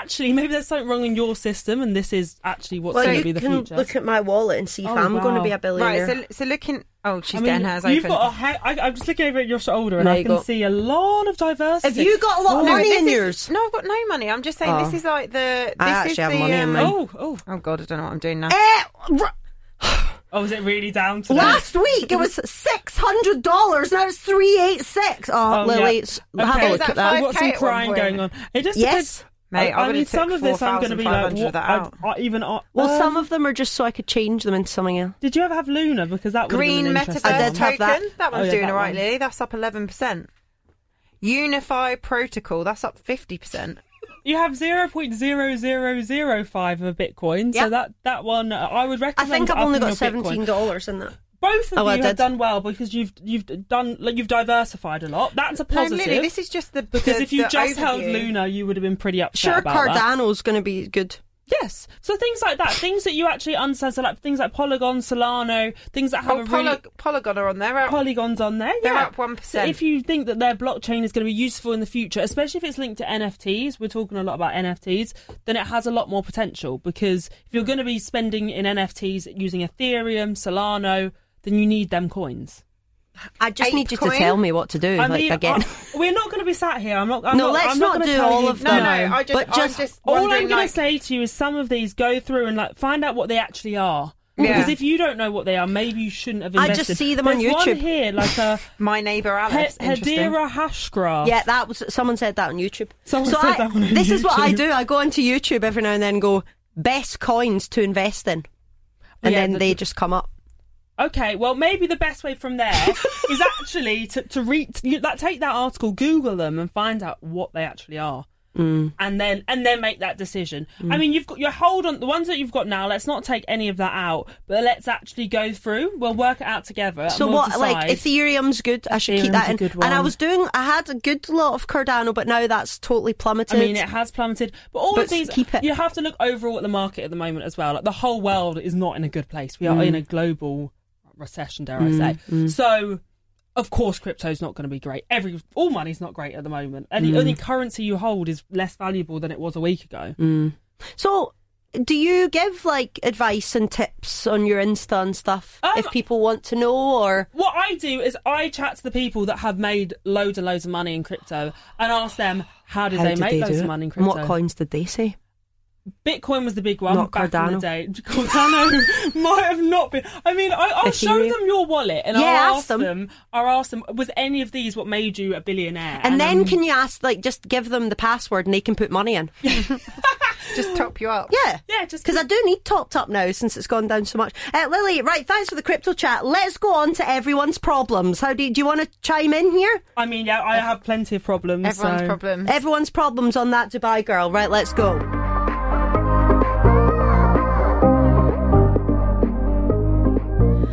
Speaker 3: actually, maybe there's something wrong in your system, and this is actually what's
Speaker 1: Well,
Speaker 3: going
Speaker 1: you
Speaker 3: to be the
Speaker 1: can
Speaker 3: future.
Speaker 1: look at my wallet and see if
Speaker 3: Oh,
Speaker 1: I'm going to
Speaker 3: wow.
Speaker 1: be a billionaire.
Speaker 2: Right. So, so looking. Oh, she's
Speaker 3: I
Speaker 2: getting
Speaker 3: mean,
Speaker 2: hers
Speaker 3: you've
Speaker 2: open.
Speaker 3: got a ha- I, I'm just looking over at your shoulder, and
Speaker 1: There
Speaker 3: I
Speaker 1: you
Speaker 3: can
Speaker 1: go.
Speaker 3: see a lot of diversity.
Speaker 1: Have you got a lot of
Speaker 3: Oh,
Speaker 1: money
Speaker 2: this
Speaker 1: in
Speaker 2: is-
Speaker 1: yours?
Speaker 2: No, I've got no money. I'm just saying
Speaker 1: Oh.
Speaker 2: this is like the. This
Speaker 1: I
Speaker 2: is
Speaker 1: actually have
Speaker 2: the,
Speaker 1: money in
Speaker 2: um,
Speaker 1: mine.
Speaker 3: Oh, oh,
Speaker 2: Oh god, I don't know what I'm doing now.
Speaker 1: Eh, r-
Speaker 3: oh! Is it really down to that?
Speaker 1: last week it was six hundred dollars. Now it's three eight six. Oh,
Speaker 3: Oh,
Speaker 1: Lily,
Speaker 3: yeah.
Speaker 1: it's- have
Speaker 3: Okay,
Speaker 1: a look
Speaker 2: Is
Speaker 1: at
Speaker 2: that
Speaker 1: that.
Speaker 2: five-
Speaker 3: What's some
Speaker 2: 5K at one
Speaker 3: crying
Speaker 2: point?
Speaker 3: going on? It just
Speaker 1: Yes.
Speaker 3: depends.
Speaker 2: Mate, I
Speaker 3: I,
Speaker 2: would've
Speaker 3: mean, some
Speaker 2: took
Speaker 3: of this I'm going to be like,
Speaker 2: 4,500 of
Speaker 3: what,
Speaker 2: that
Speaker 3: I,
Speaker 2: out.
Speaker 3: I, even I,
Speaker 1: Well,
Speaker 3: um,
Speaker 1: some of them are just so I could change them into something else.
Speaker 3: Did you ever have Luna? Because that would've
Speaker 2: Green
Speaker 3: been an
Speaker 2: metaverse
Speaker 3: interesting
Speaker 1: I did
Speaker 3: one.
Speaker 1: have that.
Speaker 2: token. That one's
Speaker 3: Oh, yeah,
Speaker 2: doing
Speaker 3: that
Speaker 2: all right,
Speaker 3: one.
Speaker 2: Lily. That's up eleven percent. Unify Protocol, that's up 50%.
Speaker 3: You have 0.0005 of a Bitcoin.
Speaker 1: Yeah.
Speaker 3: So that, that one, uh, I would
Speaker 1: I
Speaker 3: recommend.
Speaker 1: think I've only
Speaker 3: upping
Speaker 1: got
Speaker 3: your Bitcoin.
Speaker 1: seventeen dollars in that.
Speaker 3: Both of
Speaker 1: Oh,
Speaker 3: you
Speaker 1: I
Speaker 3: have
Speaker 1: did.
Speaker 3: done well because you've you've done like, you've diversified a lot. That's a positive.
Speaker 2: No, literally, this is just the
Speaker 3: because
Speaker 2: the-
Speaker 3: if you
Speaker 2: the
Speaker 3: just held
Speaker 2: overview.
Speaker 3: Luna, you would have been pretty upset
Speaker 1: Sure,
Speaker 3: about that.
Speaker 1: Cardano's going to be good.
Speaker 3: Yes. So things like that, things that you actually uncensored, like things like Polygon, Solano, things that have
Speaker 2: Oh,
Speaker 3: a
Speaker 2: Poly-
Speaker 3: really
Speaker 2: Polygon are on there. aren't-
Speaker 3: polygons on there.
Speaker 2: They're
Speaker 3: yeah.
Speaker 2: up 1%.
Speaker 3: So if you think that their blockchain is going to be useful in the future, especially if it's linked to NFTs, we're talking a lot about NFTs, then it has a lot more potential because if you're going to be spending in NFTs using Ethereum, Solano, then you need them coins.
Speaker 1: I just
Speaker 2: Ape
Speaker 1: need you to
Speaker 2: coin?
Speaker 1: tell me what to do.
Speaker 3: I
Speaker 1: like
Speaker 3: mean,
Speaker 1: again,
Speaker 3: I- we're not going to be sat here. I'm not. I'm
Speaker 1: No,
Speaker 3: not,
Speaker 1: let's
Speaker 3: I'm not,
Speaker 1: not
Speaker 3: gonna
Speaker 1: do
Speaker 3: tell
Speaker 1: all
Speaker 3: you-
Speaker 1: of
Speaker 2: no,
Speaker 1: them.
Speaker 2: no, I just,
Speaker 1: But
Speaker 2: I'm
Speaker 1: just-
Speaker 2: just
Speaker 3: All
Speaker 2: wondering,
Speaker 3: I'm going
Speaker 2: like,
Speaker 3: to say to you is some of these go through and like find out what they actually are.
Speaker 2: Yeah.
Speaker 3: Because if you don't know what they are, maybe you shouldn't have
Speaker 1: I
Speaker 3: invested.
Speaker 1: just see them on
Speaker 3: There's one
Speaker 1: YouTube.
Speaker 3: here, like a
Speaker 2: my neighbour
Speaker 3: he-
Speaker 2: Alice. interesting.
Speaker 3: Hedera
Speaker 1: uh,
Speaker 3: hashgraph.
Speaker 1: yeah, that was someone said that on YouTube.
Speaker 3: Someone
Speaker 1: so
Speaker 3: said
Speaker 1: I,
Speaker 3: that on
Speaker 1: This is what I
Speaker 3: YouTube.
Speaker 1: do. I go onto YouTube every now and then and go best coins to invest in, and
Speaker 3: Yeah,
Speaker 1: then
Speaker 3: the-
Speaker 1: they just come up.
Speaker 3: Okay, well, maybe the best way from there is actually to to read you, that. Take that article, Google them, and find out what they actually are,
Speaker 1: Mm.
Speaker 3: and then and then make that decision. I mean, you've got your hold on the ones that you've got now. Let's not take any of that out, but let's actually go through. We'll work it out together. and
Speaker 1: So
Speaker 3: we'll
Speaker 1: what,
Speaker 3: decide.
Speaker 1: like Ethereum's good. I should keep that in.
Speaker 3: Ethereum's a good
Speaker 1: And I
Speaker 3: one.
Speaker 1: was doing. I had a good lot of Cardano, but now that's totally plummeted.
Speaker 3: I mean, it has plummeted, but all
Speaker 1: But
Speaker 3: of these,
Speaker 1: keep it.
Speaker 3: you have to look overall at the market at the moment as well. Like the whole world is not in a good place. We are
Speaker 1: Mm.
Speaker 3: in a global recession, dare I say. So, of course, crypto's not going to be great. Every all money's not great at the moment, and
Speaker 1: Mm.
Speaker 3: the only currency you hold is less valuable than it was a week ago.
Speaker 1: so. Do you give like advice and tips on your Insta and stuff
Speaker 3: Um,
Speaker 1: if people want to know or
Speaker 3: What I do is I chat to the people that have made loads and loads of money in crypto and ask them how did
Speaker 1: how
Speaker 3: they
Speaker 1: did
Speaker 3: make
Speaker 1: they
Speaker 3: loads
Speaker 1: do
Speaker 3: of
Speaker 1: it?
Speaker 3: money in
Speaker 1: And
Speaker 3: crypto.
Speaker 1: what coins did they say?
Speaker 3: Bitcoin was the big one
Speaker 1: Not
Speaker 3: back in
Speaker 1: Cardano.
Speaker 3: the day. Cardano might have not been. I mean, I, I'll show
Speaker 1: Ethereum.
Speaker 3: them your wallet and
Speaker 1: Yeah,
Speaker 3: I'll
Speaker 1: ask
Speaker 3: ask them.
Speaker 1: them.
Speaker 3: I'll ask them. Was any of these what made you a billionaire?
Speaker 1: And, then
Speaker 3: um,
Speaker 1: can you ask like just give them the password and they can put money in?
Speaker 2: Just top you up.
Speaker 1: Yeah.
Speaker 3: Yeah, just
Speaker 1: Because I do need topped up now since it's gone down so much. Uh, Lily, right, thanks for the crypto chat. Let's go on to everyone's problems. How do you, do you want to chime in here?
Speaker 3: I mean, yeah, I have plenty of problems.
Speaker 2: Everyone's
Speaker 3: so-
Speaker 2: problems.
Speaker 1: Everyone's problems on that Dubai girl. Right, let's go.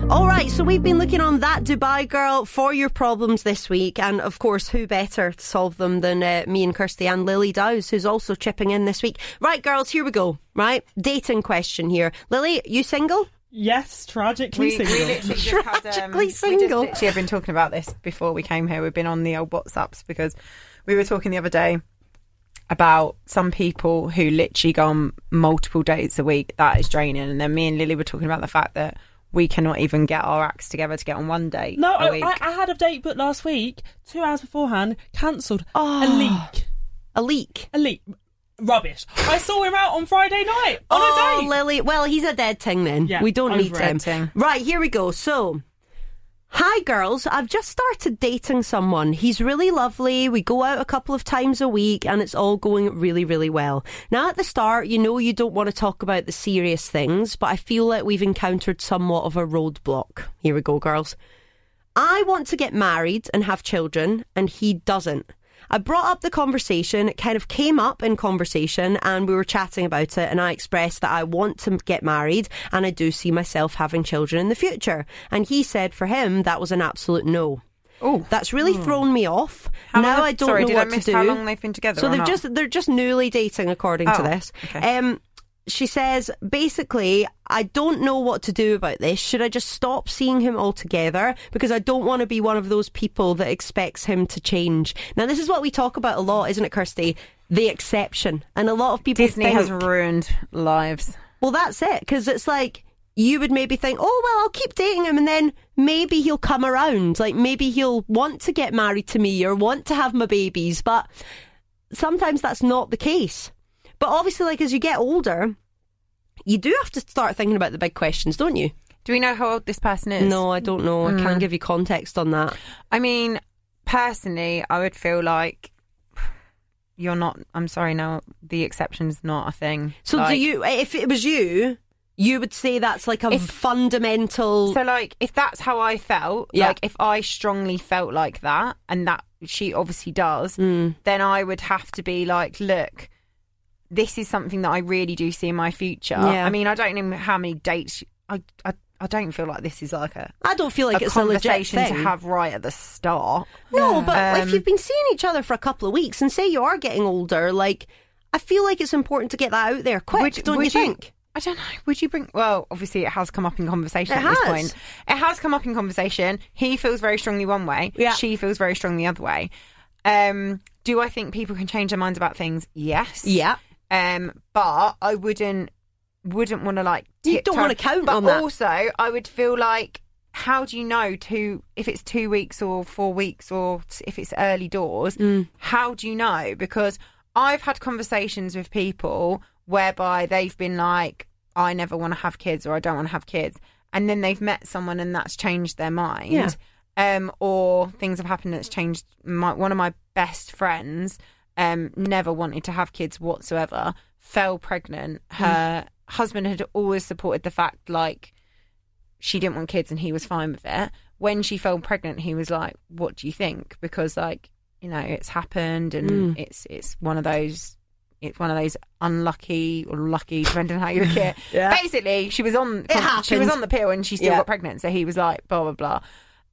Speaker 1: All right, so we've been looking on that Dubai girl for your problems this week, and of course, who better to solve them than uh, me and Kirsty and Lily Dowes, who's also chipping in this week. Right, girls, here we go. Right, dating question here. Lily, you single?
Speaker 3: Yes, tragically
Speaker 2: We, we
Speaker 3: single.
Speaker 2: literally just had, um,
Speaker 1: Tragically
Speaker 2: We just
Speaker 1: single.
Speaker 2: literally have been talking about this before we came here. We've been on the old WhatsApps because we were talking the other day about some people who literally go on multiple dates a week. That is draining. And then me and Lily were talking about the fact that we cannot even get our acts together to get on one date.
Speaker 3: no,
Speaker 2: a
Speaker 3: I,
Speaker 2: week.
Speaker 3: I, I had a date booked last week, two hours beforehand, cancelled. A
Speaker 1: Ah.
Speaker 3: leak.
Speaker 1: A leak?
Speaker 3: A leak. Rubbish. I saw him out on Friday night on
Speaker 1: oh,
Speaker 3: a date.
Speaker 1: Lily. Well, he's a dead thing then.
Speaker 3: Yeah,
Speaker 1: we don't
Speaker 3: over
Speaker 1: need
Speaker 3: it.
Speaker 1: him.
Speaker 2: Ting.
Speaker 1: Right, here we go. So. Hi girls, I've just started dating someone. He's really lovely. We go out a couple of times a week and it's all going really, really well. Now at the start, you know you don't want to talk about the serious things, but I feel like we've encountered somewhat of a roadblock. Here we go, girls. I want to get married and have children, and he doesn't. I brought up the conversation, it kind of came up in conversation, and we were chatting about it. And I expressed that I want to get married and I do see myself having children in the future. And he said for him, that was an absolute no.
Speaker 2: Oh.
Speaker 1: That's really thrown me off.
Speaker 2: How
Speaker 1: now
Speaker 2: long-
Speaker 1: I don't
Speaker 2: sorry,
Speaker 1: know
Speaker 2: did I
Speaker 1: what
Speaker 2: miss
Speaker 1: to do.
Speaker 2: how long they've been together
Speaker 1: So
Speaker 2: or
Speaker 1: they've
Speaker 2: not?
Speaker 1: just they're just newly dating, according to
Speaker 2: Oh,
Speaker 1: this.
Speaker 2: okay.
Speaker 1: Um, she says basically, I don't know what to do about this. Should I just stop seeing him altogether because I don't want to be one of those people that expects him to change? Now, this is what we talk about a lot, isn't it, Kirsty? The exception, and a lot of people
Speaker 2: Disney
Speaker 1: think,
Speaker 2: has ruined lives.
Speaker 1: well, that's it because it's like you would maybe think, oh well, I'll keep dating him, and then maybe he'll come around. Like maybe he'll want to get married to me or want to have my babies, but sometimes that's not the case. But obviously, like as you get older, you do have to start thinking about the big questions, don't you?
Speaker 2: Do we know how old this person is? Mm.
Speaker 1: No, I don't know. I can't give you context on that.
Speaker 2: I mean, personally, I would feel like you're not. I'm sorry, no, the exception's not a thing.
Speaker 1: So,
Speaker 2: Like-
Speaker 1: do you? If it was you, you would say that's like a
Speaker 2: If-
Speaker 1: fundamental.
Speaker 2: So, like, if that's how I felt,
Speaker 1: Yeah.
Speaker 2: like, if I strongly felt like that, and that she obviously does,
Speaker 1: Hmm.
Speaker 2: then I would have to be like, look, this is something that I really do see in my future.
Speaker 1: Yeah.
Speaker 2: I mean, I don't know how many dates. I, I, I don't feel like this is like a,
Speaker 1: I don't feel like
Speaker 2: a
Speaker 1: it's a legit
Speaker 2: conversation
Speaker 1: thing.
Speaker 2: to have right at the start.
Speaker 1: No, but
Speaker 2: Um,
Speaker 1: if you've been seeing each other for a couple of weeks and say you are getting older, like I feel like it's important to get that out there quick, don't you think?
Speaker 2: I don't know. Would you bring? Well, obviously, it has come up in conversation
Speaker 1: It
Speaker 2: at
Speaker 1: has.
Speaker 2: this point. It has come up in conversation. He feels very strongly one way.
Speaker 1: Yeah.
Speaker 2: She feels very strongly the other way. Um, do I think people can change their minds about things? Yes.
Speaker 1: Yeah.
Speaker 2: Um, but I wouldn't wouldn't want to like.
Speaker 1: You
Speaker 2: tiptoe-
Speaker 1: don't wanna count
Speaker 2: but
Speaker 1: on that.
Speaker 2: Also, I would feel like. How do you know two if it's two weeks or four weeks or if it's early doors? How do you know? Because I've had conversations with people whereby they've been like, "I never want to have kids" or "I don't want to have kids," and then they've met someone and that's changed their mind.
Speaker 1: Yeah.
Speaker 2: Um, or things have happened that's changed. My, one of my best friends um, never wanted to have kids whatsoever. Fell pregnant. Her husband had always supported the fact like she didn't want kids and he was fine with it. When she fell pregnant, he was like, "What do you think?" Because like you know, it's happened and
Speaker 1: Mm.
Speaker 2: it's it's one of those. It's one of those unlucky or lucky, depending on how you look at it.
Speaker 1: Yeah.
Speaker 2: Basically, she was on
Speaker 1: It
Speaker 2: she was
Speaker 1: happened.
Speaker 2: on the pill and she still
Speaker 1: Yeah.
Speaker 2: got pregnant. So he was like, blah blah blah.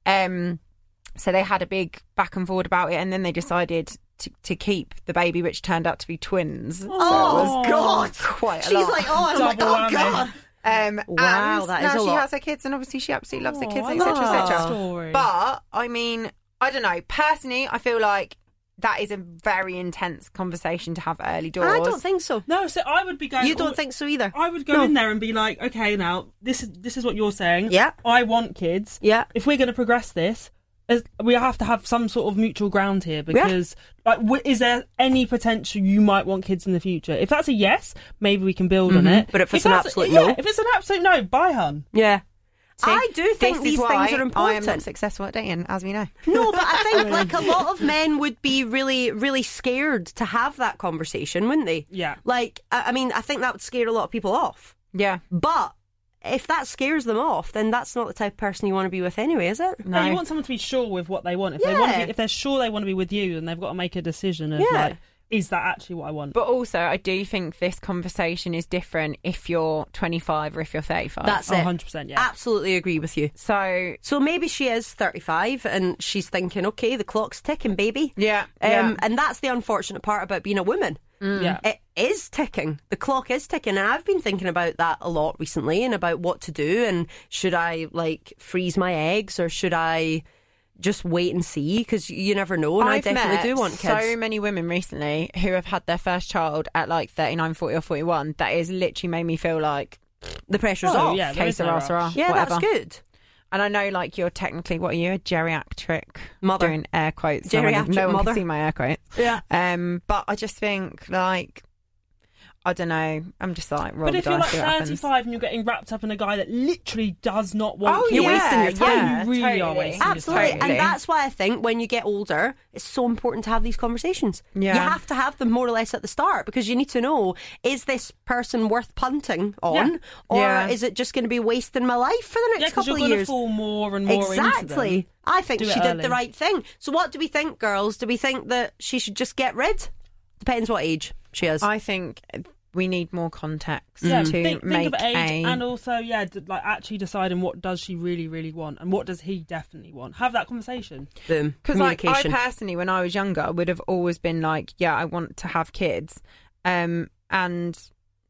Speaker 2: Um, so they had a big back and forward about it, and then they decided to, to keep the baby, which turned out to be twins.
Speaker 1: Oh,
Speaker 3: was
Speaker 1: God.
Speaker 2: quite a
Speaker 1: She's
Speaker 2: lot.
Speaker 1: like, oh, I'm like,
Speaker 3: Double
Speaker 1: oh
Speaker 3: whammy.
Speaker 1: God.
Speaker 2: Um,
Speaker 1: Wow,
Speaker 2: and
Speaker 1: that is a
Speaker 2: now she
Speaker 1: lot.
Speaker 2: has her kids, and obviously she absolutely loves her
Speaker 3: Oh,
Speaker 2: kids,
Speaker 3: I
Speaker 2: etc.,
Speaker 1: love that
Speaker 2: etc.
Speaker 3: story.
Speaker 2: But I mean, I don't know. Personally, I feel like that is a very intense conversation to have at early doors.
Speaker 1: I don't think so.
Speaker 3: No, so I would be going.
Speaker 1: You don't
Speaker 3: all-
Speaker 1: think so either?
Speaker 3: I would go
Speaker 1: No.
Speaker 3: in there and be like, okay, now this is this is what you're saying.
Speaker 1: Yeah.
Speaker 3: I want kids.
Speaker 1: Yeah.
Speaker 3: If we're going to progress this, as, we have to have some sort of mutual ground here because, like, w- is there any potential you might want kids in the future? If that's a yes, maybe we can build on it.
Speaker 1: Mm-hmm. But if it's an
Speaker 3: that's-
Speaker 1: absolute
Speaker 3: yeah,
Speaker 1: no-
Speaker 3: if it's an absolute no, bye, hun.
Speaker 1: Yeah.
Speaker 2: See,
Speaker 1: I do
Speaker 2: this
Speaker 1: think
Speaker 2: is
Speaker 1: these
Speaker 2: why
Speaker 1: things are
Speaker 2: I am
Speaker 1: important.
Speaker 2: not successful at dating, as we know.
Speaker 1: No, but I think like a lot of men would be really, really scared to have that conversation, wouldn't they?
Speaker 3: Yeah.
Speaker 1: Like, I I mean, I think that would scare a lot of people off.
Speaker 2: Yeah,
Speaker 1: But if that scares them off, then that's not the type of person you want to be with anyway, is it?
Speaker 2: no.
Speaker 3: No, you want someone to be sure with what they want. If they want to
Speaker 1: Yeah.
Speaker 3: be, if they're sure they want to be with you, then they've got to make a decision of
Speaker 1: Yeah.
Speaker 3: like, is that actually what I want?
Speaker 2: But also, I do think this conversation is different if you're 25 or if you're 35.
Speaker 1: That's
Speaker 3: Oh,
Speaker 1: it.
Speaker 3: 100%, yeah.
Speaker 1: Absolutely agree with you.
Speaker 2: so.
Speaker 1: So maybe she is 35 and she's thinking, okay, the clock's ticking, baby.
Speaker 2: Yeah,
Speaker 1: Um,
Speaker 2: yeah.
Speaker 1: And that's the unfortunate part about being a woman.
Speaker 3: yeah.
Speaker 1: It is ticking. The clock is ticking. And I've been thinking about that a lot recently and about what to do and should I like freeze my eggs or should I just wait and see? Because you never know. And i
Speaker 2: I've
Speaker 1: Oh, definitely
Speaker 2: met
Speaker 1: do want kids.
Speaker 2: so many women recently who have had their first child at like 39, 40 or 41 that has literally made me feel like
Speaker 1: the pressure's
Speaker 3: Oh,
Speaker 1: off.
Speaker 3: yeah. there
Speaker 2: okay,
Speaker 3: is no
Speaker 2: sarah,
Speaker 3: rush.
Speaker 2: sarah,
Speaker 1: Yeah,
Speaker 2: whatever.
Speaker 1: that's good.
Speaker 2: And I know like you're technically, what are you, a geriatric
Speaker 1: Mother.
Speaker 2: Doing air quotes. No one-
Speaker 1: Geriatric
Speaker 2: no one
Speaker 1: mother.
Speaker 2: can see my air quotes.
Speaker 1: Yeah.
Speaker 2: Um, but I just think like, I don't know. I'm just like, roll
Speaker 3: But
Speaker 2: the
Speaker 3: if you're
Speaker 2: dice,
Speaker 3: like
Speaker 2: see what happens.
Speaker 3: 35 and you're getting wrapped up in a guy that literally does not want
Speaker 2: Oh,
Speaker 3: kids,
Speaker 1: You're
Speaker 2: yeah,
Speaker 1: wasting your time.
Speaker 2: yeah,
Speaker 3: You really are
Speaker 2: totally.
Speaker 3: wasting your
Speaker 1: Absolutely.
Speaker 3: time.
Speaker 2: Totally.
Speaker 1: And that's why I think when you get older, it's so important to have these conversations.
Speaker 2: Yeah.
Speaker 1: You have to have them more or less at the start because you need to know is this person worth punting on
Speaker 3: Yeah.
Speaker 1: or
Speaker 2: Yeah.
Speaker 1: is it just going to be wasting my life for the
Speaker 3: Yeah,
Speaker 1: next
Speaker 3: because
Speaker 1: couple
Speaker 3: you're
Speaker 1: of
Speaker 3: going to
Speaker 1: years?
Speaker 3: fall more and more into
Speaker 1: Exactly.
Speaker 3: them.
Speaker 1: I think
Speaker 3: Do
Speaker 1: she
Speaker 3: it
Speaker 1: did
Speaker 3: early.
Speaker 1: the right thing. So, what do we think, girls? Do we think that she should just get rid? Depends what age she is.
Speaker 2: I think we need more context
Speaker 3: Yeah,
Speaker 2: Mm. to
Speaker 3: think,
Speaker 2: make
Speaker 3: think of age
Speaker 2: a.
Speaker 3: and also yeah, d- like actually deciding what does she really really want and what does he definitely want. Have that conversation.
Speaker 1: Boom.
Speaker 2: because like I
Speaker 1: Communication.
Speaker 2: personally, when I was younger, would have always been like, "Yeah, I want to have kids," um, and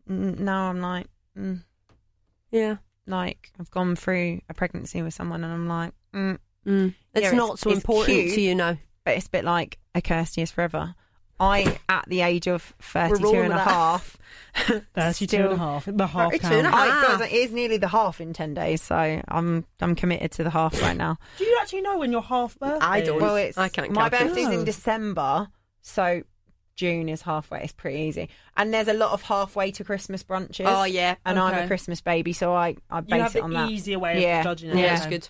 Speaker 2: n- now I'm like, mm,
Speaker 1: yeah.
Speaker 2: like I've gone through a pregnancy with someone, and I'm like, mm.
Speaker 1: Mm. It's
Speaker 2: Yeah, it's-
Speaker 1: not so
Speaker 2: it's
Speaker 1: important
Speaker 2: cute.
Speaker 1: to you now.
Speaker 2: but it's a bit like a Kirsty is forever. I, at the age of 32
Speaker 1: rolling
Speaker 2: and a
Speaker 1: with that.
Speaker 2: half,
Speaker 3: Thirty-two and a half, Ah. the half
Speaker 1: 32 and a
Speaker 3: count.
Speaker 1: half.
Speaker 2: I, guys, it is nearly the half in 10 days, so I'm I'm committed to the half right now.
Speaker 3: Do you actually know when your half birthday?
Speaker 1: I don't.
Speaker 3: is?
Speaker 2: Well, it's
Speaker 1: I can't
Speaker 2: my
Speaker 1: calculate.
Speaker 2: birthday's
Speaker 3: Oh.
Speaker 2: in December, so June is halfway. It's pretty easy, and there's a lot of halfway to Christmas brunches.
Speaker 1: Oh, yeah.
Speaker 2: and I'm a
Speaker 3: Okay.
Speaker 2: Christmas baby, so I I
Speaker 3: You have
Speaker 2: base it on
Speaker 3: the
Speaker 2: that.
Speaker 3: easier way
Speaker 2: Yeah.
Speaker 3: of judging it.
Speaker 1: Yeah,
Speaker 2: Yeah.
Speaker 1: it's good.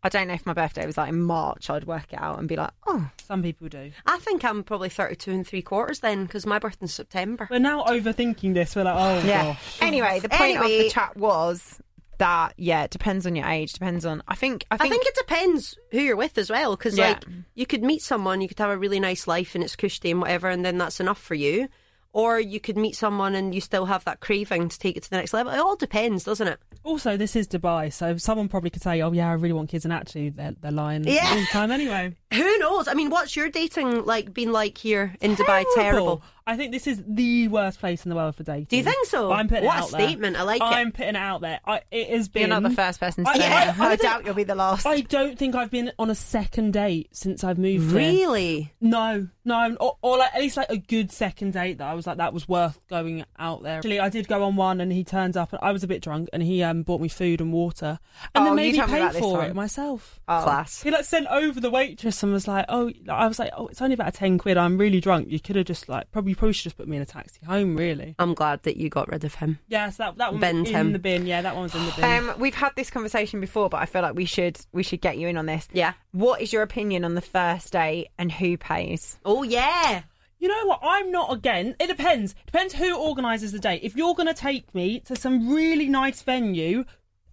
Speaker 2: I don't know if my birthday was like in March, I'd work it out and be like, oh,
Speaker 3: Some people do.
Speaker 1: I think I'm probably 32 and three quarters then, because my birthday's September.
Speaker 3: We're now overthinking this. We're like, oh
Speaker 2: yeah.
Speaker 3: gosh.
Speaker 2: Anyway, the point of
Speaker 1: Anyway-
Speaker 2: the chat was that yeah, it depends on your age. Depends on. I think. I
Speaker 1: I
Speaker 2: think.
Speaker 1: think it depends who you're with as well, because
Speaker 2: Yeah.
Speaker 1: like you could meet someone, you could have a really nice life and it's cushy and whatever, and then that's enough for you. Or you could meet someone and you still have that craving to take it to the next level. It all depends, doesn't it?
Speaker 3: Also, this is Dubai, so someone probably could say, "Oh yeah, I really want kids," and actually they're, they're lying
Speaker 1: Yeah.
Speaker 3: all the time anyway.
Speaker 1: Who knows? I mean, what's your dating like been like here in Dubai? Terrible.
Speaker 3: I think this is the worst place in the world for dating.
Speaker 1: Do you think so?
Speaker 3: But I'm putting
Speaker 1: What
Speaker 3: it
Speaker 1: a
Speaker 3: out there.
Speaker 1: statement. I like it.
Speaker 3: I'm putting it out there. I, it has been.
Speaker 2: You're not the first person to
Speaker 3: I-
Speaker 2: say
Speaker 3: yeah,
Speaker 2: that.
Speaker 3: I- I
Speaker 2: I,
Speaker 3: think-
Speaker 2: doubt you'll be the last.
Speaker 3: I don't think I've been on a second date since I've moved. here.
Speaker 1: Really?
Speaker 3: No, no, or, or like at least like a good second date that I was like that was worth going out there. Actually, I did go on one, and he turned up, and I was a bit drunk, and he um bought me food and water,
Speaker 2: Oh,
Speaker 3: and
Speaker 2: you
Speaker 3: then made me
Speaker 2: told me
Speaker 3: pay
Speaker 2: about this
Speaker 3: for
Speaker 2: time.
Speaker 3: it myself.
Speaker 2: Oh.
Speaker 1: Class.
Speaker 3: He like sent over the waitress and was like, "Oh," I was like, "Oh, it's only about ten quid. I'm really drunk. You could have just like probably you probably should just put me in a taxi home, really."
Speaker 1: I'm glad that you got rid of him.
Speaker 3: Yeah, so that that one
Speaker 1: Bend
Speaker 3: was in
Speaker 1: him.
Speaker 3: the bin. Yeah, that one was in the bin.
Speaker 2: Um, we've had this conversation before, but I feel like we should we should get you in on this.
Speaker 1: Yeah.
Speaker 2: What is your opinion on the first date and who pays?
Speaker 1: Oh yeah.
Speaker 3: You know what? I'm not again. It depends. Depends who organises the date. If you're going to take me to some really nice venue,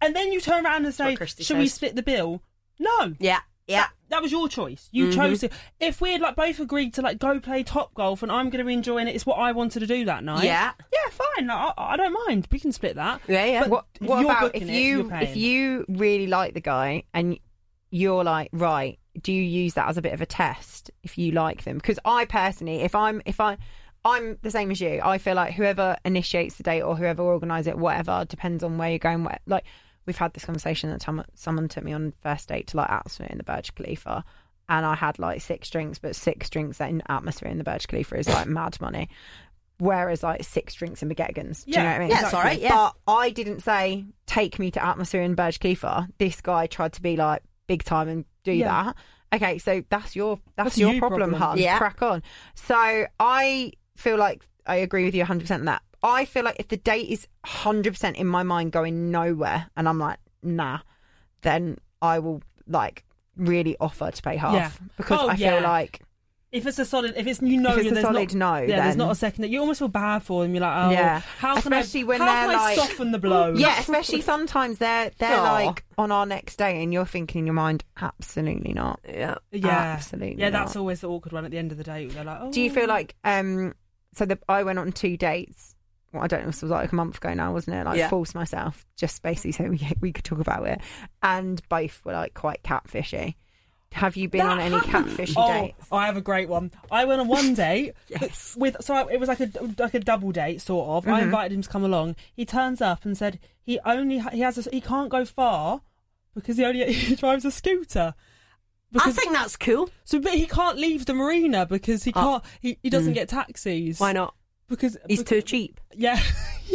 Speaker 3: and then you turn around and say,
Speaker 1: what
Speaker 3: "Should
Speaker 1: Christy
Speaker 3: we
Speaker 1: says.
Speaker 3: split the bill?" No.
Speaker 1: Yeah. Yeah.
Speaker 3: That, that was your choice. You
Speaker 1: Mm-hmm.
Speaker 3: chose to. If we had like both agreed to like go play top golf, and I'm going to be enjoying it, it's what I wanted to do that night.
Speaker 1: Yeah.
Speaker 3: Yeah, fine. I, I I don't mind. We can split that.
Speaker 1: Yeah, yeah.
Speaker 3: But
Speaker 2: What
Speaker 3: if
Speaker 2: What
Speaker 3: you're
Speaker 2: about
Speaker 3: booking
Speaker 2: if
Speaker 3: it,
Speaker 2: you
Speaker 3: you're paying.
Speaker 2: if you really like the guy and you're like right? Do you use that as a bit of a test if you like them? Because I personally, if I'm if I I'm the same as you. I feel like whoever initiates the date or whoever organises it, whatever, depends on where you're going. Where, like we've had this conversation that time, someone took me on first date to like atmosphere in the Burj Khalifa, and I had like six drinks, but six drinks in atmosphere in the Burj Khalifa is like mad money. Whereas like six drinks in McGettigans, do you know
Speaker 3: Yeah.
Speaker 2: what I mean?
Speaker 1: Yeah, it's all right, yeah.
Speaker 2: But I didn't say take me to atmosphere in Burj Khalifa. This guy tried to be like big time and do
Speaker 3: Yeah.
Speaker 2: that. Okay, so that's your that's,
Speaker 3: That's
Speaker 2: your
Speaker 3: you
Speaker 2: problem,
Speaker 3: problem.
Speaker 2: hun.
Speaker 1: Yeah.
Speaker 2: Crack on. So I feel like I agree with you 100% on that. I feel like if the date is 100% in my mind going nowhere and I'm like, nah, then I will like really offer to pay half
Speaker 3: Yeah.
Speaker 2: because
Speaker 3: Oh,
Speaker 2: I feel
Speaker 3: yeah.
Speaker 2: like
Speaker 3: If it's a solid, if it's you know,
Speaker 2: If it's a
Speaker 3: there's
Speaker 2: solid no,
Speaker 3: not, yeah,
Speaker 2: then-
Speaker 3: there's not a second. that You almost feel bad for them. You're like, oh,
Speaker 2: Yeah.
Speaker 3: How can
Speaker 2: Especially
Speaker 3: I,
Speaker 2: when
Speaker 3: how
Speaker 2: they're
Speaker 3: can I
Speaker 2: like-
Speaker 3: soften the blow?
Speaker 2: yeah, especially sometimes they're they're
Speaker 1: Aw.
Speaker 2: like on our next day and you're thinking in your mind absolutely not.
Speaker 1: Yeah.
Speaker 3: yeah,
Speaker 2: Absolutely
Speaker 3: Yeah, that's
Speaker 2: not.
Speaker 3: always the awkward one at the end of the day. They're like, oh,
Speaker 2: Do you feel like um? So the I went on two dates. Well, I don't know. This was like a month ago now, wasn't it? Like
Speaker 1: Yeah.
Speaker 2: forced myself just basically so we we could talk about it, and both were like quite catfishy. Have you been
Speaker 3: That
Speaker 2: on any
Speaker 3: happened.
Speaker 2: catfishy
Speaker 3: oh,
Speaker 2: dates?
Speaker 3: I have a great one. I went on one date with so I, it was like a like a double date sort of.
Speaker 2: Mm-hmm.
Speaker 3: I invited him to come along. He turns up and said he only ha- he has a, he can't go far because he only he drives a scooter.
Speaker 1: I
Speaker 3: Because
Speaker 1: think that's cool.
Speaker 3: so, but he can't leave the marina because he
Speaker 1: Oh.
Speaker 3: can't he, he doesn't get taxis.
Speaker 1: Why not?
Speaker 3: Because
Speaker 1: He's
Speaker 3: bec-
Speaker 1: too cheap.
Speaker 3: yeah.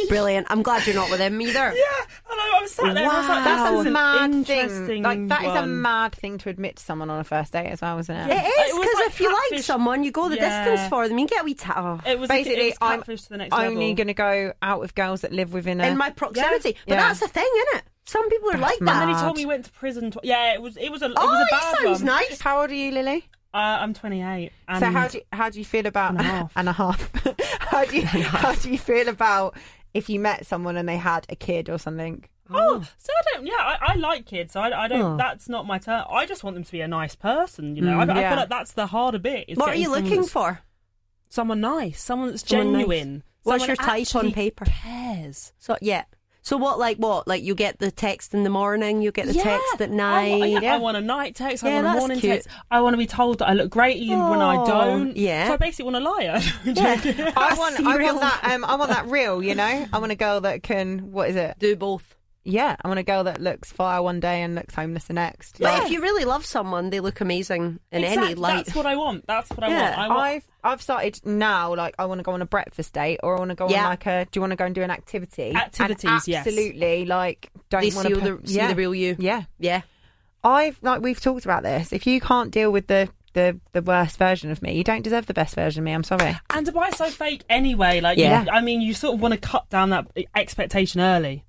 Speaker 1: Brilliant. I'm glad you're not with him either.
Speaker 3: Yeah, and I, I was sat there. and I was like,
Speaker 1: Wow.
Speaker 3: "That's
Speaker 2: That's
Speaker 1: Wow.
Speaker 2: a
Speaker 3: an
Speaker 2: mad thing.
Speaker 3: interesting
Speaker 2: Like that is a
Speaker 3: one."
Speaker 2: mad thing to admit to someone on a first date as well, isn't it?
Speaker 1: It is
Speaker 3: It was
Speaker 1: because
Speaker 3: like
Speaker 1: if you like
Speaker 3: catfish.
Speaker 1: someone, you go the
Speaker 3: Yeah.
Speaker 1: distance for them. You get a wee ta- oh.
Speaker 3: It
Speaker 2: Basically,
Speaker 3: was basically it was
Speaker 2: I'm
Speaker 3: catfish to the next level.
Speaker 2: Only going to go out with girls that live within a.
Speaker 1: in my proximity. But
Speaker 2: Yeah.
Speaker 1: that's the thing, isn't it? Some people are like
Speaker 2: mad.
Speaker 1: that.
Speaker 3: And then he told me he went to prison. Tw- yeah, it was it was a it
Speaker 1: Oh,
Speaker 3: was a
Speaker 1: that
Speaker 3: bad
Speaker 1: sounds
Speaker 3: one.
Speaker 1: nice.
Speaker 2: How old are you, Lily?
Speaker 3: Uh, I'm 28. And
Speaker 2: So how do you, how do you feel about
Speaker 3: And a half.
Speaker 2: and a half? how do you how do you feel about if you met someone and they had a kid or something?
Speaker 3: oh, so I don't. Yeah, I, I like kids. So I, I don't.
Speaker 1: Oh.
Speaker 3: That's not my turn. I just want them to be a nice person. You know, I, I
Speaker 2: yeah.
Speaker 3: feel like that's the harder bit. is
Speaker 1: What are
Speaker 3: getting
Speaker 1: you
Speaker 3: someone
Speaker 1: looking
Speaker 3: that's-
Speaker 1: for?
Speaker 3: Someone nice. Someone that's
Speaker 1: Someone nice.
Speaker 3: genuine.
Speaker 1: What's
Speaker 3: someone
Speaker 1: your
Speaker 3: that
Speaker 1: type on
Speaker 3: actually
Speaker 1: paper?
Speaker 3: Cares.
Speaker 1: So yeah. So what? Like what? Like you get the text in the morning. You get the text at night.
Speaker 3: I, wa- yeah,
Speaker 1: yeah.
Speaker 3: I want a night text.
Speaker 1: Yeah,
Speaker 3: I want
Speaker 1: that's
Speaker 3: a morning
Speaker 1: cute.
Speaker 3: text. I want to be told that I look great even when I
Speaker 1: Oh,
Speaker 3: don't.
Speaker 1: yeah.
Speaker 3: So I basically want a liar.
Speaker 1: Yeah.
Speaker 2: I want I
Speaker 1: Serial.
Speaker 2: want that um I want that real, you know? I want a girl that can what is it?
Speaker 1: do both.
Speaker 2: Yeah, I want a girl that looks fire one day and looks homeless the next.
Speaker 1: But if you really love someone, they look amazing in any
Speaker 3: Exact-
Speaker 1: light.
Speaker 3: That's what I want. That's what
Speaker 1: Yeah,
Speaker 3: I want. I want.
Speaker 2: I've I've started now. Like I want to go on a breakfast date, or I want to go
Speaker 1: Yeah.
Speaker 2: on like a. Do you want to go and do an activity? And
Speaker 3: Activities, yes.
Speaker 2: absolutely. Like don't
Speaker 1: They
Speaker 2: want
Speaker 1: see
Speaker 2: to
Speaker 1: the- see the real you.
Speaker 2: Yeah,
Speaker 1: yeah.
Speaker 2: I've like we've talked about this. If you can't deal with the the the worst version of me, you don't deserve the best version of me. I'm sorry.
Speaker 3: And Dubai's so fake anyway. Like,
Speaker 1: Yeah.
Speaker 3: yeah. I mean, you sort of want to cut down that e-, expectation early.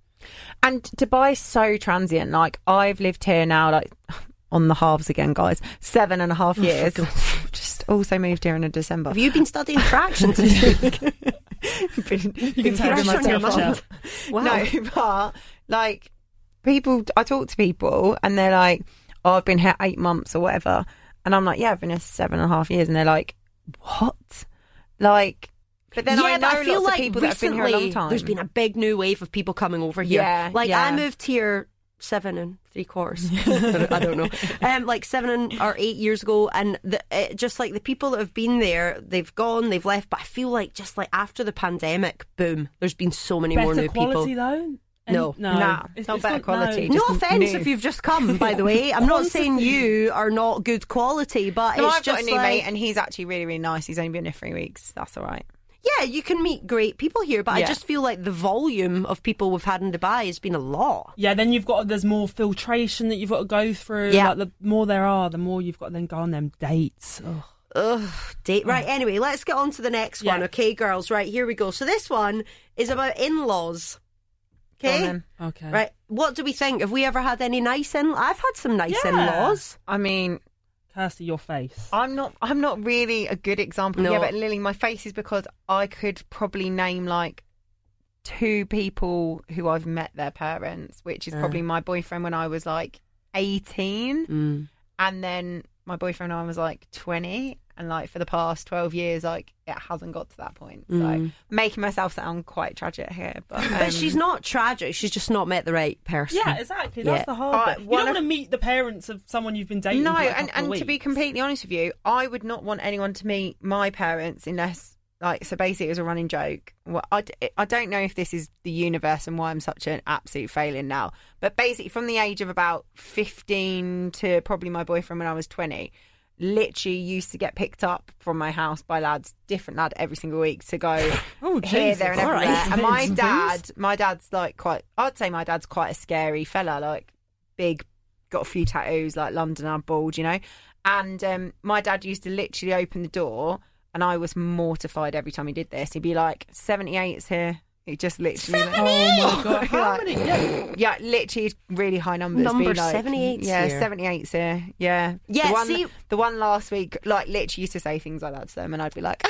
Speaker 2: And Dubai's so transient. Like I've lived here now, like on the halves again, guys. Seven and a half years. Just also moved here in December.
Speaker 1: Have you been studying fractions this week?
Speaker 2: been,
Speaker 3: tell
Speaker 2: keeping
Speaker 3: I'm showing
Speaker 2: myself
Speaker 3: off
Speaker 2: up.
Speaker 1: Wow.
Speaker 2: No, but like people, I talk to people and they're like, oh, I've been here eight months or whatever. And I'm like, yeah, I've been here seven and a half years. And they're like, what? Like, but then
Speaker 1: yeah,
Speaker 2: I know
Speaker 1: but I feel
Speaker 2: lots
Speaker 1: like
Speaker 2: of people that have been
Speaker 1: recently
Speaker 2: here a long time.
Speaker 1: there's been a big new wave of people coming over here.
Speaker 2: Yeah,
Speaker 1: like I
Speaker 2: yeah.
Speaker 1: moved here seven and three quarters. I don't know, um, like seven and, or eight years ago, and the, it, just like the people that have been there, they've gone, they've left. But I feel like just like after the pandemic, boom, there's been so many more
Speaker 3: Better
Speaker 1: new people.
Speaker 3: quality though. And-
Speaker 1: No.
Speaker 3: no,
Speaker 2: Nah, not better quality,
Speaker 3: no.
Speaker 1: No
Speaker 2: just
Speaker 1: offense
Speaker 2: new.
Speaker 1: if you've just come, by the way. I'm not saying you are not good quality, but
Speaker 2: No,
Speaker 1: it's
Speaker 2: I've
Speaker 1: just
Speaker 2: got a new
Speaker 1: like,
Speaker 2: mate and he's actually really, really nice. He's only been here three weeks. That's all right.
Speaker 1: yeah, you can meet great people here, but I
Speaker 2: Yeah.
Speaker 1: just feel like the volume of people we've had in Dubai has been a lot.
Speaker 3: Yeah, then you've got there's more filtration that you've got to go through.
Speaker 1: Yeah.
Speaker 3: like, the more there are, the more you've got to then go on them dates. Ugh.
Speaker 1: Ugh, date.
Speaker 2: Mm.
Speaker 1: Right, anyway, let's get on to the next
Speaker 3: Yeah.
Speaker 1: one, okay, girls? Right, here we go. So this one is about in laws.
Speaker 2: Go on
Speaker 1: Okay?
Speaker 2: then.
Speaker 3: Okay,
Speaker 1: Right, what do we think? Have we ever had any nice in I've had some nice
Speaker 3: Yeah.
Speaker 1: in laws.
Speaker 2: I mean,
Speaker 3: Kirsty, your face.
Speaker 2: I'm not. I'm not really a good example.
Speaker 1: No.
Speaker 2: Yeah, but Lily, my face is because I could probably name like two people who I've met their parents, which is
Speaker 1: Uh.
Speaker 2: probably my boyfriend when I was like 18, and then my boyfriend when I was like 20, and like for the past 12 years, like it hasn't got to that point. So making myself sound quite tragic here, but, um,
Speaker 1: Mm. But she's not tragic, she's just not met the right person.
Speaker 3: Yeah, exactly.
Speaker 1: Yeah.
Speaker 3: That's the hard
Speaker 2: Alright,
Speaker 3: bit.
Speaker 2: Uh,
Speaker 3: You
Speaker 2: one
Speaker 3: don't
Speaker 2: of-
Speaker 3: want to meet the parents of someone you've been dating.
Speaker 2: No,
Speaker 3: for like a
Speaker 2: and,
Speaker 3: couple
Speaker 2: and
Speaker 3: of
Speaker 2: to be
Speaker 3: weeks.
Speaker 2: completely honest with you, I would not want anyone to meet my parents unless, like, so basically it was a running joke. Well, I, d- I don't know if this is the universe and why I'm such an absolute failing now, but basically from the age of about 15 to probably my boyfriend when I was 20, literally used to get picked up from my house by lads, different lad every single week to go
Speaker 3: Oh,
Speaker 2: here, there, and
Speaker 3: Jesus. All
Speaker 2: everywhere.
Speaker 3: right.
Speaker 2: And my
Speaker 3: Vince,
Speaker 2: dad, my dad's like quite. I'd say my dad's quite a scary fella, like big, got a few tattoos, like Londoner bald, you know. And um, my dad used to literally open the door, and I was mortified every time he did this. He'd be like, "78's here." He just literally. like-
Speaker 3: Oh my god! How
Speaker 2: Like-
Speaker 3: many? Yeah.
Speaker 2: yeah, literally really high numbers.
Speaker 1: Number
Speaker 2: be like,
Speaker 1: 78's
Speaker 2: Yeah,
Speaker 1: here.
Speaker 2: 78's here. Yeah.
Speaker 1: Yeah,
Speaker 2: the one,
Speaker 1: see-
Speaker 2: the one last week, like literally used to say things like that to them, and I'd be like,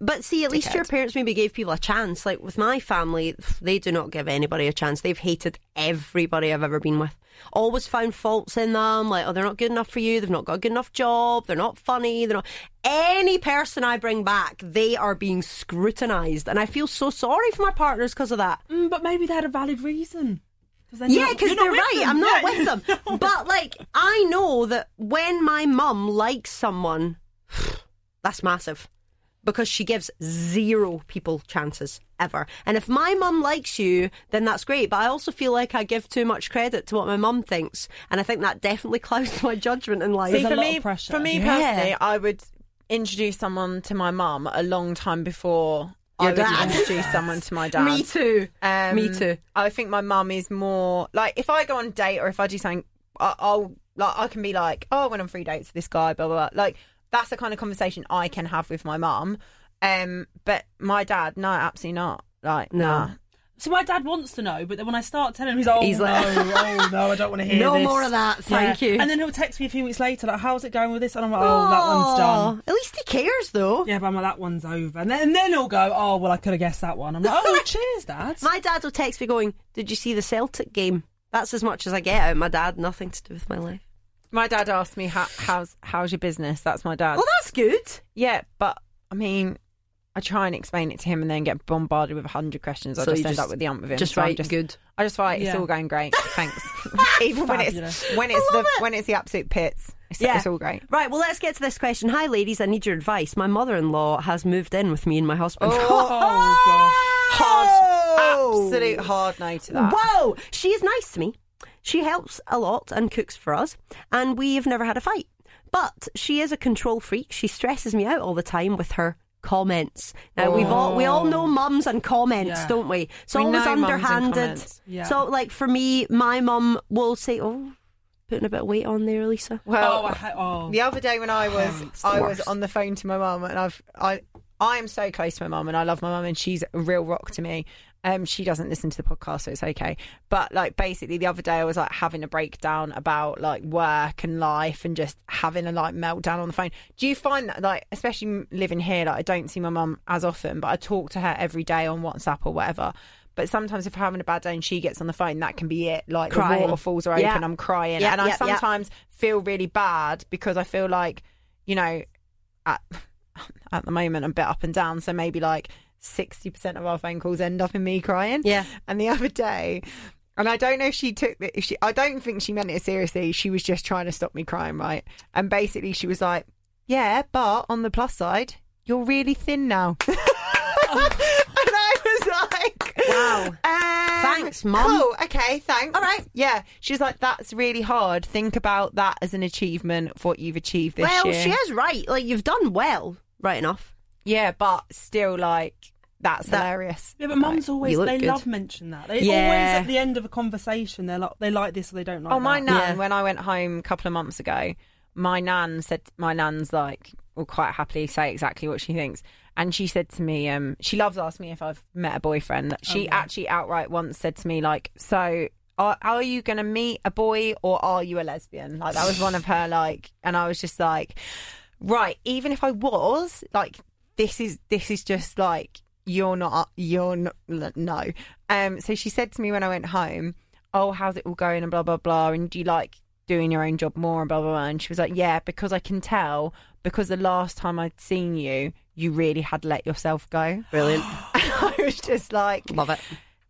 Speaker 1: But see, at least your
Speaker 2: Dickhead.
Speaker 1: parents maybe gave people a chance. Like with my family, they do not give anybody a chance. They've hated everybody I've ever been with. Always found faults in them. Like, oh, they're not good enough for you. They've not got a good enough job. They're not funny. They're not. Any person I bring back, they are being scrutinized, and I feel so sorry for my partners because of that.
Speaker 3: Mm, but maybe they had a valid reason. Cause
Speaker 1: Yeah, because they're right. I'm not with them. But like, I know that when my mum likes someone, that's massive because she gives zero people chances ever. And if my mum likes you, then that's great. But I also feel like I give too much credit to what my mum thinks, and I think that definitely clouds my judgment in life.
Speaker 3: See, There's a
Speaker 2: for
Speaker 3: lot
Speaker 2: me,
Speaker 3: of pressure.
Speaker 2: For me
Speaker 1: Yeah.
Speaker 2: personally, I would introduce someone to my mum a long time before
Speaker 1: Your
Speaker 2: I would
Speaker 1: dad.
Speaker 2: introduce someone to my dad.
Speaker 1: Me too.
Speaker 2: Um,
Speaker 1: Me too.
Speaker 2: I think my mum is more like if I go on a date or if I do something, I, I'll like I can be like, oh, I went on three dates with this guy, blah blah blah. Like that's the kind of conversation I can have with my mum. Um, but my dad, no, absolutely not. Like
Speaker 1: No.
Speaker 2: nah.
Speaker 3: So my dad wants to know, but then when I start telling him, he's like, oh,
Speaker 1: He's like-
Speaker 3: no, oh no, I don't want to hear
Speaker 1: No
Speaker 3: this.
Speaker 1: more of that, thank you.
Speaker 3: And then he'll text me a few weeks later, like, how's it going with this? And I'm like, oh, that one's done.
Speaker 1: Aw, At least he cares, though.
Speaker 3: Yeah, but I'm like, that one's over. And then, and then he'll go, oh, well, I could have guessed that one. I'm like, oh, cheers, dad.
Speaker 1: My dad will text me going, "Did you see the Celtic game?" That's as much as I get out of my dad. Nothing to do with my life.
Speaker 2: My dad asked me, how, "How's how's your business?" That's my dad.
Speaker 1: Well, that's good.
Speaker 2: Yeah, but I mean, I try and explain it to him and then get bombarded with a hundred questions. I
Speaker 1: So
Speaker 2: just,
Speaker 1: you
Speaker 2: end
Speaker 1: just-
Speaker 2: up with the ump with him.
Speaker 1: just
Speaker 2: So I'm
Speaker 1: write good.
Speaker 2: I just write it's
Speaker 3: Yeah.
Speaker 2: all going great. Thanks. Even when it's
Speaker 3: Fabulous.
Speaker 2: when it's
Speaker 1: I
Speaker 2: the
Speaker 1: love it.
Speaker 2: when it's the absolute pits. It's, it's all great.
Speaker 1: Right, well, let's get to this question. Hi, ladies, I need your advice. My mother in law has moved in with me and my husband.
Speaker 3: Oh, gosh.
Speaker 1: Oh!
Speaker 2: Hard, absolute hard no to that.
Speaker 1: Whoa! She is nice to me. She helps a lot and cooks for us, and we have never had a fight. But she is a control freak. She stresses me out all the time with her comments. Now we've all we all know mums and comments,
Speaker 3: Yeah.
Speaker 1: don't we? It's
Speaker 2: Oh. We
Speaker 1: always
Speaker 2: know mums and
Speaker 1: underhanded.
Speaker 2: comments.
Speaker 3: Yeah.
Speaker 1: So like for me, my mum will say, "Oh, putting a bit of weight on there, Lisa."
Speaker 2: Well,
Speaker 3: Oh, I ha- oh.
Speaker 2: the other day when I
Speaker 1: It's
Speaker 2: was
Speaker 1: the
Speaker 2: I was
Speaker 1: worst.
Speaker 2: on the phone to my mum and I've I I am so close to my mum and I love my mum and she's a real rock to me. Um, she doesn't listen to the podcast, so it's okay. But like basically the other day I was like having a breakdown about like work and life and just having a like meltdown on the phone. Do you find that like especially living here, like I don't see my mum as often, but I talk to her every day on WhatsApp or whatever. But sometimes if I'm having a bad day and she gets on the phone, that can be it. Like
Speaker 1: Crying.
Speaker 2: the waterfalls are open,
Speaker 1: Yeah.
Speaker 2: I'm crying,
Speaker 1: Yeah,
Speaker 2: and
Speaker 1: yeah,
Speaker 2: I
Speaker 1: yeah.
Speaker 2: sometimes feel really bad because I feel like, you know, at at the moment I'm a bit up and down, so maybe like sixty percent of our phone calls end up in me crying.
Speaker 1: Yeah.
Speaker 2: And the other day. And I don't know if she took the, if she I don't think she meant it seriously. She was just trying to stop me crying, right? And basically she was like, yeah, but on the plus side, you're really thin now. and I was like,
Speaker 1: Wow.
Speaker 2: um,
Speaker 1: Thanks, Mum.
Speaker 2: Cool. Oh, Okay. Thanks.
Speaker 1: All right.
Speaker 2: Yeah. She's like, that's really hard. Think about that as an achievement of what you've achieved this
Speaker 1: Well,
Speaker 2: year.
Speaker 1: she is right. Like you've done well, right enough.
Speaker 2: Yeah, but still, like, that's
Speaker 1: That-
Speaker 2: hilarious.
Speaker 3: Yeah, but mums always
Speaker 1: you look
Speaker 3: they
Speaker 1: good.
Speaker 3: love mention that. They
Speaker 1: Yeah.
Speaker 3: always at the end of a conversation they're like they like this or they don't like
Speaker 2: Oh, my
Speaker 3: that.
Speaker 2: nan,
Speaker 1: Yeah.
Speaker 2: when I went home a couple of months ago, my nan said, my nan's like, will quite happily say exactly what she thinks. And she said to me, um, she loves asking me if I've met a boyfriend. She actually outright once said to me, like, so are, are you going to meet a boy or are you a lesbian? Like, that was one of her, like, and I was just like, right, even if I was, like, this is, this is just like, you're not, you're not, no. Um, so she said to me when I went home, oh, how's it all going and blah, blah, blah. And do you like doing your own job more and blah, blah, blah. And she was like, yeah, because I can tell because the last time I'd seen you, you really had let yourself go.
Speaker 1: Brilliant.
Speaker 2: And I was just like,
Speaker 1: Love it.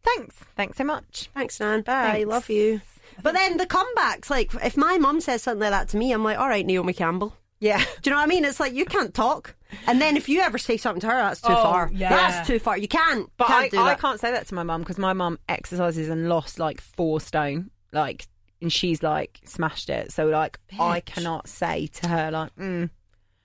Speaker 2: thanks, thanks so much.
Speaker 1: Thanks, Nan. Bye.
Speaker 2: Thanks.
Speaker 1: Love you. But then the comebacks, like if my mum says something like that to me, I'm like, all right, Naomi Campbell.
Speaker 2: Yeah.
Speaker 1: Do you know what I mean? It's like you can't talk. And then if you ever say something to her, that's too
Speaker 3: Oh,
Speaker 1: far.
Speaker 3: yeah.
Speaker 1: That's too far. You can't.
Speaker 2: But
Speaker 1: can't
Speaker 2: I,
Speaker 1: do
Speaker 2: I
Speaker 1: that.
Speaker 2: can't say that to my mum because my mum exercises and lost like four stone. Like, and she's like smashed it. So, like, I
Speaker 1: Bitch.
Speaker 2: cannot say to her, like, mm,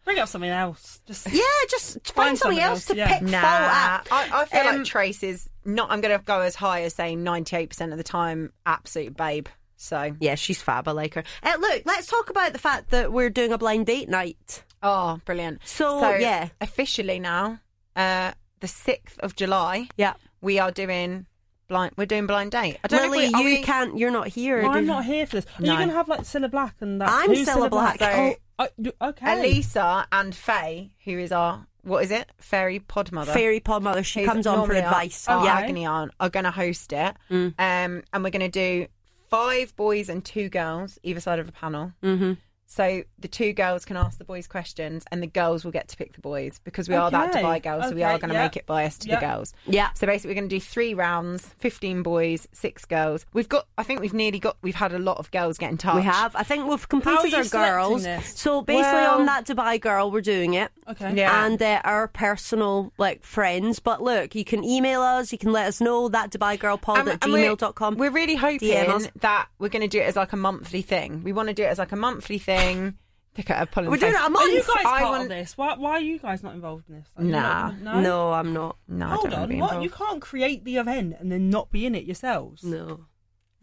Speaker 3: Bring up something else. Just
Speaker 1: Yeah, just find, something else to
Speaker 3: yeah.
Speaker 1: pick
Speaker 2: nah.
Speaker 1: fault at.
Speaker 2: I, I feel
Speaker 1: Um,
Speaker 2: like Trace is not, I'm going to go as high as saying 98% of the time, absolute babe. So,
Speaker 1: Yeah, she's fab. I like her. Uh, look, let's talk about the fact that we're doing a blind date night.
Speaker 2: Oh, brilliant.
Speaker 1: So, yeah.
Speaker 2: Officially now, uh the 6th of July,
Speaker 1: Yeah,
Speaker 2: we are doing blind we're doing blind date. I don't
Speaker 1: Lily,
Speaker 2: know if
Speaker 1: you
Speaker 2: we, are we-
Speaker 1: can't. You're not here.
Speaker 3: I'm
Speaker 1: do-
Speaker 3: not here for this. Are
Speaker 2: No.
Speaker 3: you going to have like Cilla Black and that?
Speaker 1: I'm
Speaker 3: Who's
Speaker 1: Cilla Black.
Speaker 3: Oh, uh, you- okay.
Speaker 2: Elisa and Faye, who is our what is it? Fairy Podmother.
Speaker 1: Fairy pod mother. She
Speaker 2: who's
Speaker 1: comes on for
Speaker 2: normally Oh, our-
Speaker 1: advice.
Speaker 2: Our,
Speaker 1: yeah, Mm.
Speaker 2: agony aunt are going to host it, um, and we're going to do five boys and two girls either side of a panel. Mm-hmm. So the two girls can ask the boys questions, and the girls will get to pick the boys because we are that
Speaker 3: Okay.
Speaker 2: Dubai girl, so we
Speaker 3: Okay,
Speaker 2: are going to
Speaker 3: yeah.
Speaker 2: make it biased to the
Speaker 3: Yeah.
Speaker 2: girls.
Speaker 1: yeah.
Speaker 2: So basically, we're going to do three rounds: fifteen boys, six girls. We've got. I think we've nearly got. We've had a lot of girls get in touch.
Speaker 1: We have. I think we've
Speaker 3: How are
Speaker 1: completed
Speaker 3: you
Speaker 1: our girls.
Speaker 3: selecting this?
Speaker 1: So basically,
Speaker 2: Well-
Speaker 1: on that Dubai girl, we're doing it.
Speaker 3: Okay.
Speaker 2: Yeah.
Speaker 1: And uh, our personal like friends. But look, you can email us. You can let us know that Dubai girl pod
Speaker 2: And-
Speaker 1: at
Speaker 2: and we're-
Speaker 1: gmail.com.
Speaker 2: We're really
Speaker 1: DM us.
Speaker 2: hoping that we're going to do it as like a monthly thing. We want to do it as like a monthly thing. Look at her pulling
Speaker 1: We're doing
Speaker 2: face.
Speaker 1: it a
Speaker 3: Are
Speaker 1: month.
Speaker 3: you guys
Speaker 2: I
Speaker 3: part
Speaker 2: want-
Speaker 3: of this? Why, why are you guys not involved in this? Like,
Speaker 2: Nah.
Speaker 3: you're not- no.
Speaker 1: no, I'm not.
Speaker 2: No, I
Speaker 3: Hold
Speaker 2: don't wanna
Speaker 3: on.
Speaker 2: be
Speaker 3: What?
Speaker 2: involved.
Speaker 3: You can't create the event and then not be in it yourselves.
Speaker 1: No.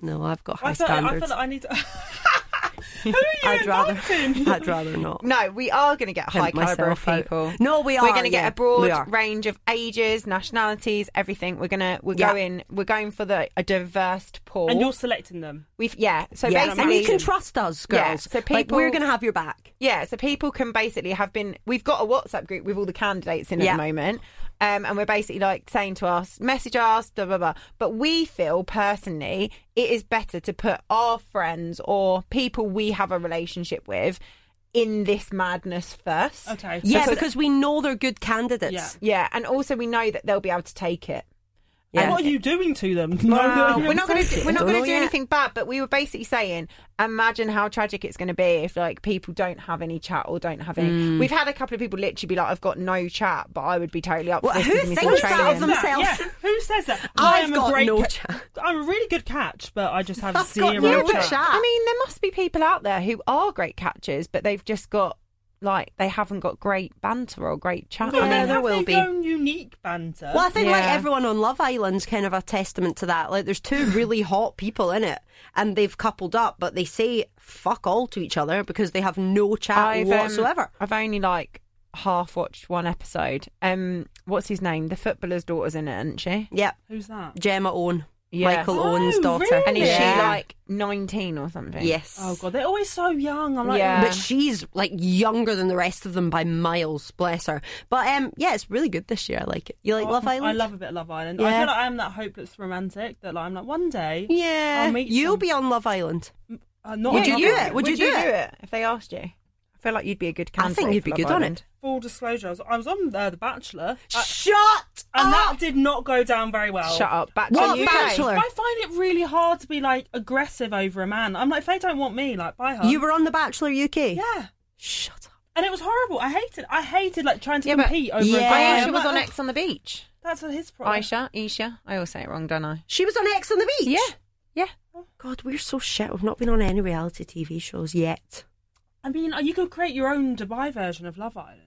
Speaker 1: No, I've got high
Speaker 3: I feel, like, I
Speaker 1: standards.
Speaker 3: feel like I need to. Who
Speaker 2: Oh,
Speaker 3: are you
Speaker 1: I'd rather.
Speaker 3: inviting?
Speaker 1: I'd rather not.
Speaker 2: No, we are going to get high
Speaker 1: Pimp
Speaker 2: caliber of
Speaker 1: myself out.
Speaker 2: people.
Speaker 1: No, we
Speaker 2: We're
Speaker 1: are,
Speaker 2: going to get
Speaker 1: yeah.
Speaker 2: a
Speaker 1: We are.
Speaker 2: broad range of ages, nationalities, everything. We're gonna we're
Speaker 1: Yeah.
Speaker 2: going we're going for the a diverse pool.
Speaker 3: And you're selecting them.
Speaker 2: We've yeah. So
Speaker 1: Yeah.
Speaker 2: basically,
Speaker 1: And you can trust us,
Speaker 2: Yeah,
Speaker 1: girls.
Speaker 2: so
Speaker 1: like, we're
Speaker 2: people-
Speaker 1: going to have your back.
Speaker 2: Yeah, so people can basically have been. We've got a WhatsApp group with all the candidates in
Speaker 1: Yeah.
Speaker 2: at the moment, um, and we're basically like saying to us, message us, blah blah blah. But we feel personally it is better to put our friends or people we have a relationship with in this madness first.
Speaker 3: Okay.
Speaker 1: Yeah,
Speaker 2: Because-
Speaker 1: because, we know they're good candidates.
Speaker 3: Yeah.
Speaker 2: Yeah, and also we know that they'll be able to take it.
Speaker 1: Yeah.
Speaker 3: And what are you doing to them?
Speaker 2: Well,
Speaker 3: no,
Speaker 2: we're not going
Speaker 3: to.
Speaker 2: to we're not
Speaker 1: Don't
Speaker 2: going
Speaker 1: know
Speaker 2: to do
Speaker 1: yet.
Speaker 2: anything bad, but we were basically saying, imagine how tragic it's going to be if like people don't have any chat or don't have any.
Speaker 1: Hmm.
Speaker 2: We've had a couple of people literally be like, "I've got no chat," but I would be totally up for
Speaker 1: Well,
Speaker 2: this.
Speaker 1: who
Speaker 2: giving me some
Speaker 1: thinks
Speaker 2: training.
Speaker 1: that of them?
Speaker 3: Yeah,
Speaker 1: themselves.
Speaker 3: Who says that?
Speaker 1: I've
Speaker 3: I am
Speaker 1: got
Speaker 3: a great
Speaker 1: no
Speaker 3: ca-
Speaker 1: chance.
Speaker 3: I'm a really good catch, but I just have
Speaker 1: I've got
Speaker 3: zero
Speaker 1: no
Speaker 2: Yeah,
Speaker 1: Real
Speaker 2: but,
Speaker 1: chat.
Speaker 2: I mean, there must be people out there who are great catchers, but they've just got like they haven't got great banter or great chat.
Speaker 1: Yeah,
Speaker 3: I mean,
Speaker 1: there
Speaker 3: have
Speaker 1: will
Speaker 3: their
Speaker 1: be.
Speaker 3: own unique banter.
Speaker 1: Well, I think like
Speaker 2: Yeah.
Speaker 1: everyone on Love Island's kind of a testament to that. Like, there's two really hot people in it, and they've coupled up, but they say fuck all to each other because they have no chat
Speaker 2: I've, um,
Speaker 1: whatsoever.
Speaker 2: I've only like half watched one episode. Um, what's his name? The footballer's daughter's in it, isn't she?
Speaker 1: Yep,
Speaker 3: Who's that?
Speaker 1: Gemma Owen.
Speaker 2: Yeah.
Speaker 1: Michael
Speaker 3: Oh,
Speaker 1: Owen's daughter.
Speaker 3: really?
Speaker 2: And is she
Speaker 1: Yeah.
Speaker 2: like 19 or something?
Speaker 1: Yes.
Speaker 3: Oh god, they're always so young. I'm like,
Speaker 2: Yeah.
Speaker 1: But she's like younger than the rest of them by miles, bless her. But um, yeah, it's really good this year. I like it. You like
Speaker 3: oh,
Speaker 1: Love Island?
Speaker 3: I love a bit of Love Island. I
Speaker 1: Yeah.
Speaker 3: feel like I'm that hope that's romantic. That like, I'm like, one day,
Speaker 1: Yeah,
Speaker 3: I'll meet
Speaker 1: you'll
Speaker 3: some-
Speaker 1: be on Love Island.
Speaker 3: uh, not
Speaker 2: Yeah,
Speaker 1: Would you
Speaker 3: on
Speaker 1: do
Speaker 3: Love
Speaker 1: it?
Speaker 3: Island.
Speaker 1: Would you do it?
Speaker 2: if they asked you? I feel like you'd be a good
Speaker 1: I
Speaker 2: candidate.
Speaker 1: think you'd be
Speaker 2: for
Speaker 1: good
Speaker 2: Love
Speaker 1: on
Speaker 2: Island.
Speaker 1: it.
Speaker 3: Full disclosure, I was, I was on uh, The Bachelor, uh,
Speaker 1: Shut
Speaker 3: and
Speaker 1: up!
Speaker 3: that did not go down very well.
Speaker 2: Shut up. Bachelor.
Speaker 1: What
Speaker 2: UK.
Speaker 1: Bachelor?
Speaker 3: I find it really hard to be like aggressive over a man. I'm like, if they don't want me, like, bye, her.
Speaker 1: you were on The Bachelor UK.
Speaker 3: yeah.
Speaker 1: Shut up.
Speaker 3: And it was horrible. I hated. I hated like trying to
Speaker 2: Yeah, but-
Speaker 3: compete over.
Speaker 1: Yeah.
Speaker 3: a guy.
Speaker 1: Aisha
Speaker 2: Aisha
Speaker 3: I'm
Speaker 2: was
Speaker 3: like,
Speaker 2: on
Speaker 3: "Oh,
Speaker 2: X on the Beach.
Speaker 3: That's what his problem.
Speaker 2: Aisha, Isha. I always say it wrong, don't I?
Speaker 1: She was on X on the Beach.
Speaker 2: Yeah. Yeah.
Speaker 1: God, we're so shit. We've not been on any reality TV shows yet.
Speaker 3: I mean, uh, you could create your own Dubai version of Love Island.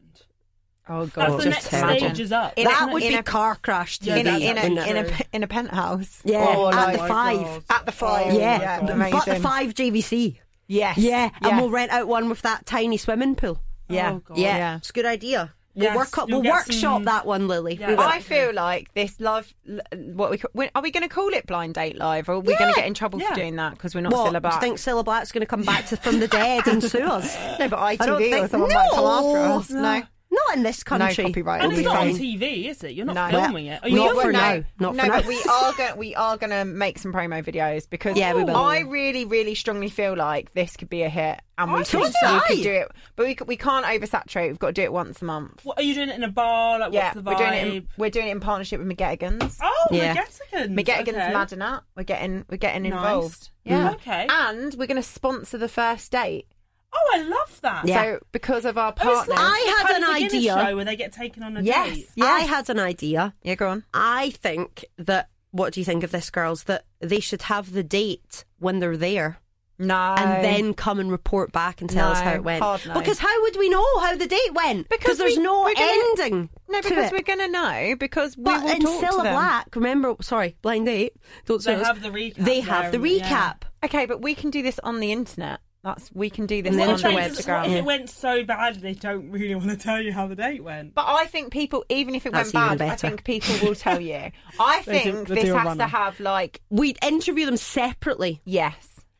Speaker 2: Oh,
Speaker 3: That's
Speaker 2: God.
Speaker 3: the
Speaker 1: just
Speaker 3: next
Speaker 1: terrible.
Speaker 3: stage is up.
Speaker 2: In a-
Speaker 1: that would
Speaker 2: in
Speaker 1: be
Speaker 2: a-
Speaker 1: car crash TV.
Speaker 3: Yeah,
Speaker 2: in, a,
Speaker 3: that's
Speaker 2: in, a,
Speaker 1: wouldn't
Speaker 3: not
Speaker 1: it?
Speaker 2: in, a,
Speaker 3: true.
Speaker 2: pe- in a penthouse.
Speaker 1: Yeah, at
Speaker 2: Or Oh, like,
Speaker 1: the five.
Speaker 2: At the five.
Speaker 3: Oh,
Speaker 1: yeah,
Speaker 3: my God.
Speaker 1: but the
Speaker 2: Amazing.
Speaker 1: five GVC.
Speaker 2: Yes.
Speaker 1: Yeah, and we'll rent out one with that tiny swimming pool.
Speaker 2: Yeah.
Speaker 3: Oh, God.
Speaker 1: Yeah,
Speaker 2: Yeah.
Speaker 1: it's a good idea. We'll
Speaker 3: Yes,
Speaker 1: work.
Speaker 3: you'll
Speaker 1: We'll
Speaker 3: get
Speaker 1: workshop
Speaker 3: some-
Speaker 1: that one, Lily.
Speaker 3: Yeah.
Speaker 1: We will.
Speaker 2: I feel like this live, l- what we ca- when- are we going to call it blind date live? Or are we going
Speaker 1: Yeah.
Speaker 2: to get in trouble
Speaker 3: Yeah.
Speaker 2: for doing that because we're not
Speaker 1: What,
Speaker 2: still about?
Speaker 1: Do you think Cilla Black's going to come back to, from the dead and sue us?
Speaker 2: no, but ITV
Speaker 1: I don't
Speaker 2: or
Speaker 1: think-
Speaker 2: someone might come after
Speaker 1: No.
Speaker 2: us. No,
Speaker 1: Not in this country.
Speaker 2: copyright.
Speaker 3: And
Speaker 1: We'll
Speaker 3: it's
Speaker 1: be
Speaker 3: not
Speaker 1: fine.
Speaker 3: on TV, is it? You're not
Speaker 2: No.
Speaker 3: filming it. Are
Speaker 1: We
Speaker 3: you
Speaker 1: Not for
Speaker 2: No,
Speaker 1: now. Not
Speaker 2: no,
Speaker 1: for
Speaker 2: but
Speaker 1: now.
Speaker 2: we are going we are going to make some promo videos because
Speaker 1: Yeah, we will.
Speaker 2: I really really strongly feel like this could be a hit and we
Speaker 3: I
Speaker 2: could,
Speaker 1: think so.
Speaker 2: we could do it, but we c- we can't oversaturate. We've got to do it once a month.
Speaker 3: What, are you doing it in a bar? Like,
Speaker 2: yeah,
Speaker 3: what's the vibe?
Speaker 2: we're doing it. In, we're doing it in partnership with McGettigans.
Speaker 3: Oh,
Speaker 1: Yeah.
Speaker 3: yeah. McGettigan's.
Speaker 2: McGettigans
Speaker 3: okay.
Speaker 2: Madinat. We're getting we're getting
Speaker 3: Nice. Mm.
Speaker 2: involved.
Speaker 1: Yeah.
Speaker 3: Okay.
Speaker 2: and we're going to sponsor the first date.
Speaker 3: Oh, I love that.
Speaker 1: Yeah.
Speaker 2: So because of our
Speaker 3: Oh, it's
Speaker 2: partners,
Speaker 3: like
Speaker 1: I
Speaker 3: the
Speaker 1: had
Speaker 3: Paddy
Speaker 1: an
Speaker 3: McGuinness
Speaker 1: idea.
Speaker 3: Show where they get taken on a
Speaker 2: Yes.
Speaker 3: date.
Speaker 1: I had an idea.
Speaker 2: yeah, go on.
Speaker 1: I think that. What do you think of this, girls? That they should have the date when they're there.
Speaker 2: No,
Speaker 1: and then come and report back and tell us
Speaker 2: No,
Speaker 1: how it went.
Speaker 2: hard no.
Speaker 1: Because how would we know how the date went?
Speaker 2: Because
Speaker 1: there's
Speaker 2: we-
Speaker 1: no
Speaker 2: we're gonna-
Speaker 1: ending.
Speaker 2: no,
Speaker 1: to
Speaker 2: because
Speaker 1: it.
Speaker 2: we're going to know because we
Speaker 1: But
Speaker 2: will
Speaker 1: in
Speaker 2: talk
Speaker 1: Cilla
Speaker 2: to them.
Speaker 1: Black, remember, sorry, blind date. Don't say
Speaker 3: They
Speaker 1: this.
Speaker 3: have the recap
Speaker 1: They have the
Speaker 3: there,
Speaker 1: recap.
Speaker 3: yeah.
Speaker 2: Okay, but we can do this on the internet. That's we can do this
Speaker 1: And then
Speaker 2: on
Speaker 1: on the
Speaker 2: the
Speaker 1: web.
Speaker 3: What if
Speaker 2: Instagram.
Speaker 3: it went so bad they don't really want to tell you how the date went?
Speaker 2: But I think people, even if it
Speaker 1: That's even
Speaker 2: went bad, I
Speaker 1: better.
Speaker 2: think people will tell you. I
Speaker 3: They do-
Speaker 2: think
Speaker 3: they
Speaker 2: this
Speaker 3: do a
Speaker 2: has
Speaker 3: runner.
Speaker 2: to have like
Speaker 1: We'd interview them separately,
Speaker 2: yes,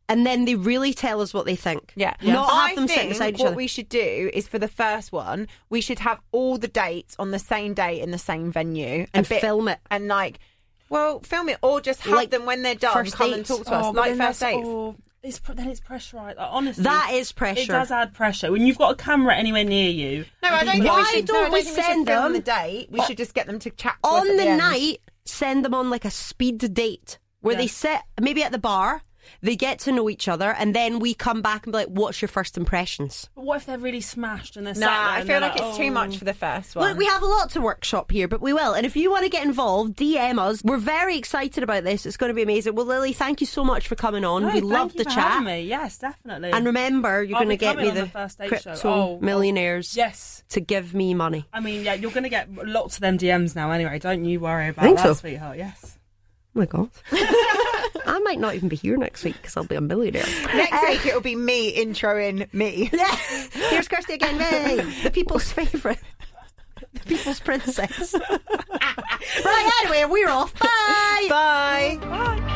Speaker 1: and then they really tell us what they think.
Speaker 2: yeah.
Speaker 1: Not
Speaker 2: I
Speaker 1: have them
Speaker 2: think
Speaker 1: sitting beside each
Speaker 2: what
Speaker 1: other.
Speaker 2: we should do is for the first one, we should have all the dates on the same day in the same venue
Speaker 1: And
Speaker 2: a bit-
Speaker 1: film it.
Speaker 2: and like. Well, film it or just have
Speaker 1: Like
Speaker 2: them when they're done.
Speaker 1: first
Speaker 2: Come and
Speaker 1: dates.
Speaker 2: talk to us
Speaker 3: Oh, but
Speaker 2: like
Speaker 3: then
Speaker 2: first
Speaker 3: that's
Speaker 2: dates.
Speaker 3: all- It's, pr- then it's pressurised. Like, honestly,
Speaker 1: That is pressure.
Speaker 3: It does add pressure when you've got a camera anywhere near you.
Speaker 2: No, I don't. think
Speaker 1: Why
Speaker 2: we should,
Speaker 1: don't
Speaker 2: no, I
Speaker 1: we
Speaker 2: think
Speaker 1: send
Speaker 2: should film
Speaker 1: them
Speaker 2: the date? We should just get them to chat to us
Speaker 1: on
Speaker 2: at
Speaker 1: the,
Speaker 2: end.
Speaker 1: night, send them on like a speed date where
Speaker 3: Yeah.
Speaker 1: they sit maybe at the bar, they get to know each other, and then we come back and be like, "What's your first impressions?"
Speaker 3: But what if they're really smashed and they're
Speaker 2: Nah,
Speaker 3: sat there
Speaker 2: I
Speaker 3: and
Speaker 2: feel
Speaker 3: they're
Speaker 2: like it's
Speaker 3: oh.
Speaker 2: too much for the first one.
Speaker 1: Look, we have a lot to workshop here, but we will. And if you want to get involved, DM us. We're very excited about this. It's going to be amazing. Well, Lily, thank you so much for coming on.
Speaker 3: No,
Speaker 1: we
Speaker 3: thank
Speaker 1: love
Speaker 3: you
Speaker 1: the
Speaker 3: for
Speaker 1: chat.
Speaker 3: having Me. Yes, definitely.
Speaker 1: And remember, you're
Speaker 3: I'll
Speaker 1: going to
Speaker 3: be
Speaker 1: get
Speaker 3: coming
Speaker 1: me
Speaker 3: on
Speaker 1: the,
Speaker 3: the first date show.
Speaker 1: crypto
Speaker 3: Oh.
Speaker 1: millionaires
Speaker 3: yes.
Speaker 1: to give me money.
Speaker 3: I mean, yeah, you're going to get lots of them DMs now anyway. Don't you worry about
Speaker 1: think
Speaker 3: that,
Speaker 1: so.
Speaker 3: sweetheart. Yes.
Speaker 1: Oh my god, I might not even be here next week because I'll be a millionaire.
Speaker 2: Next week it'll be me introing me.
Speaker 1: Here's Kirsty again, Yay. the people's favourite. The people's princess. right, anyway, we're off. Bye.
Speaker 2: Bye.
Speaker 3: Bye.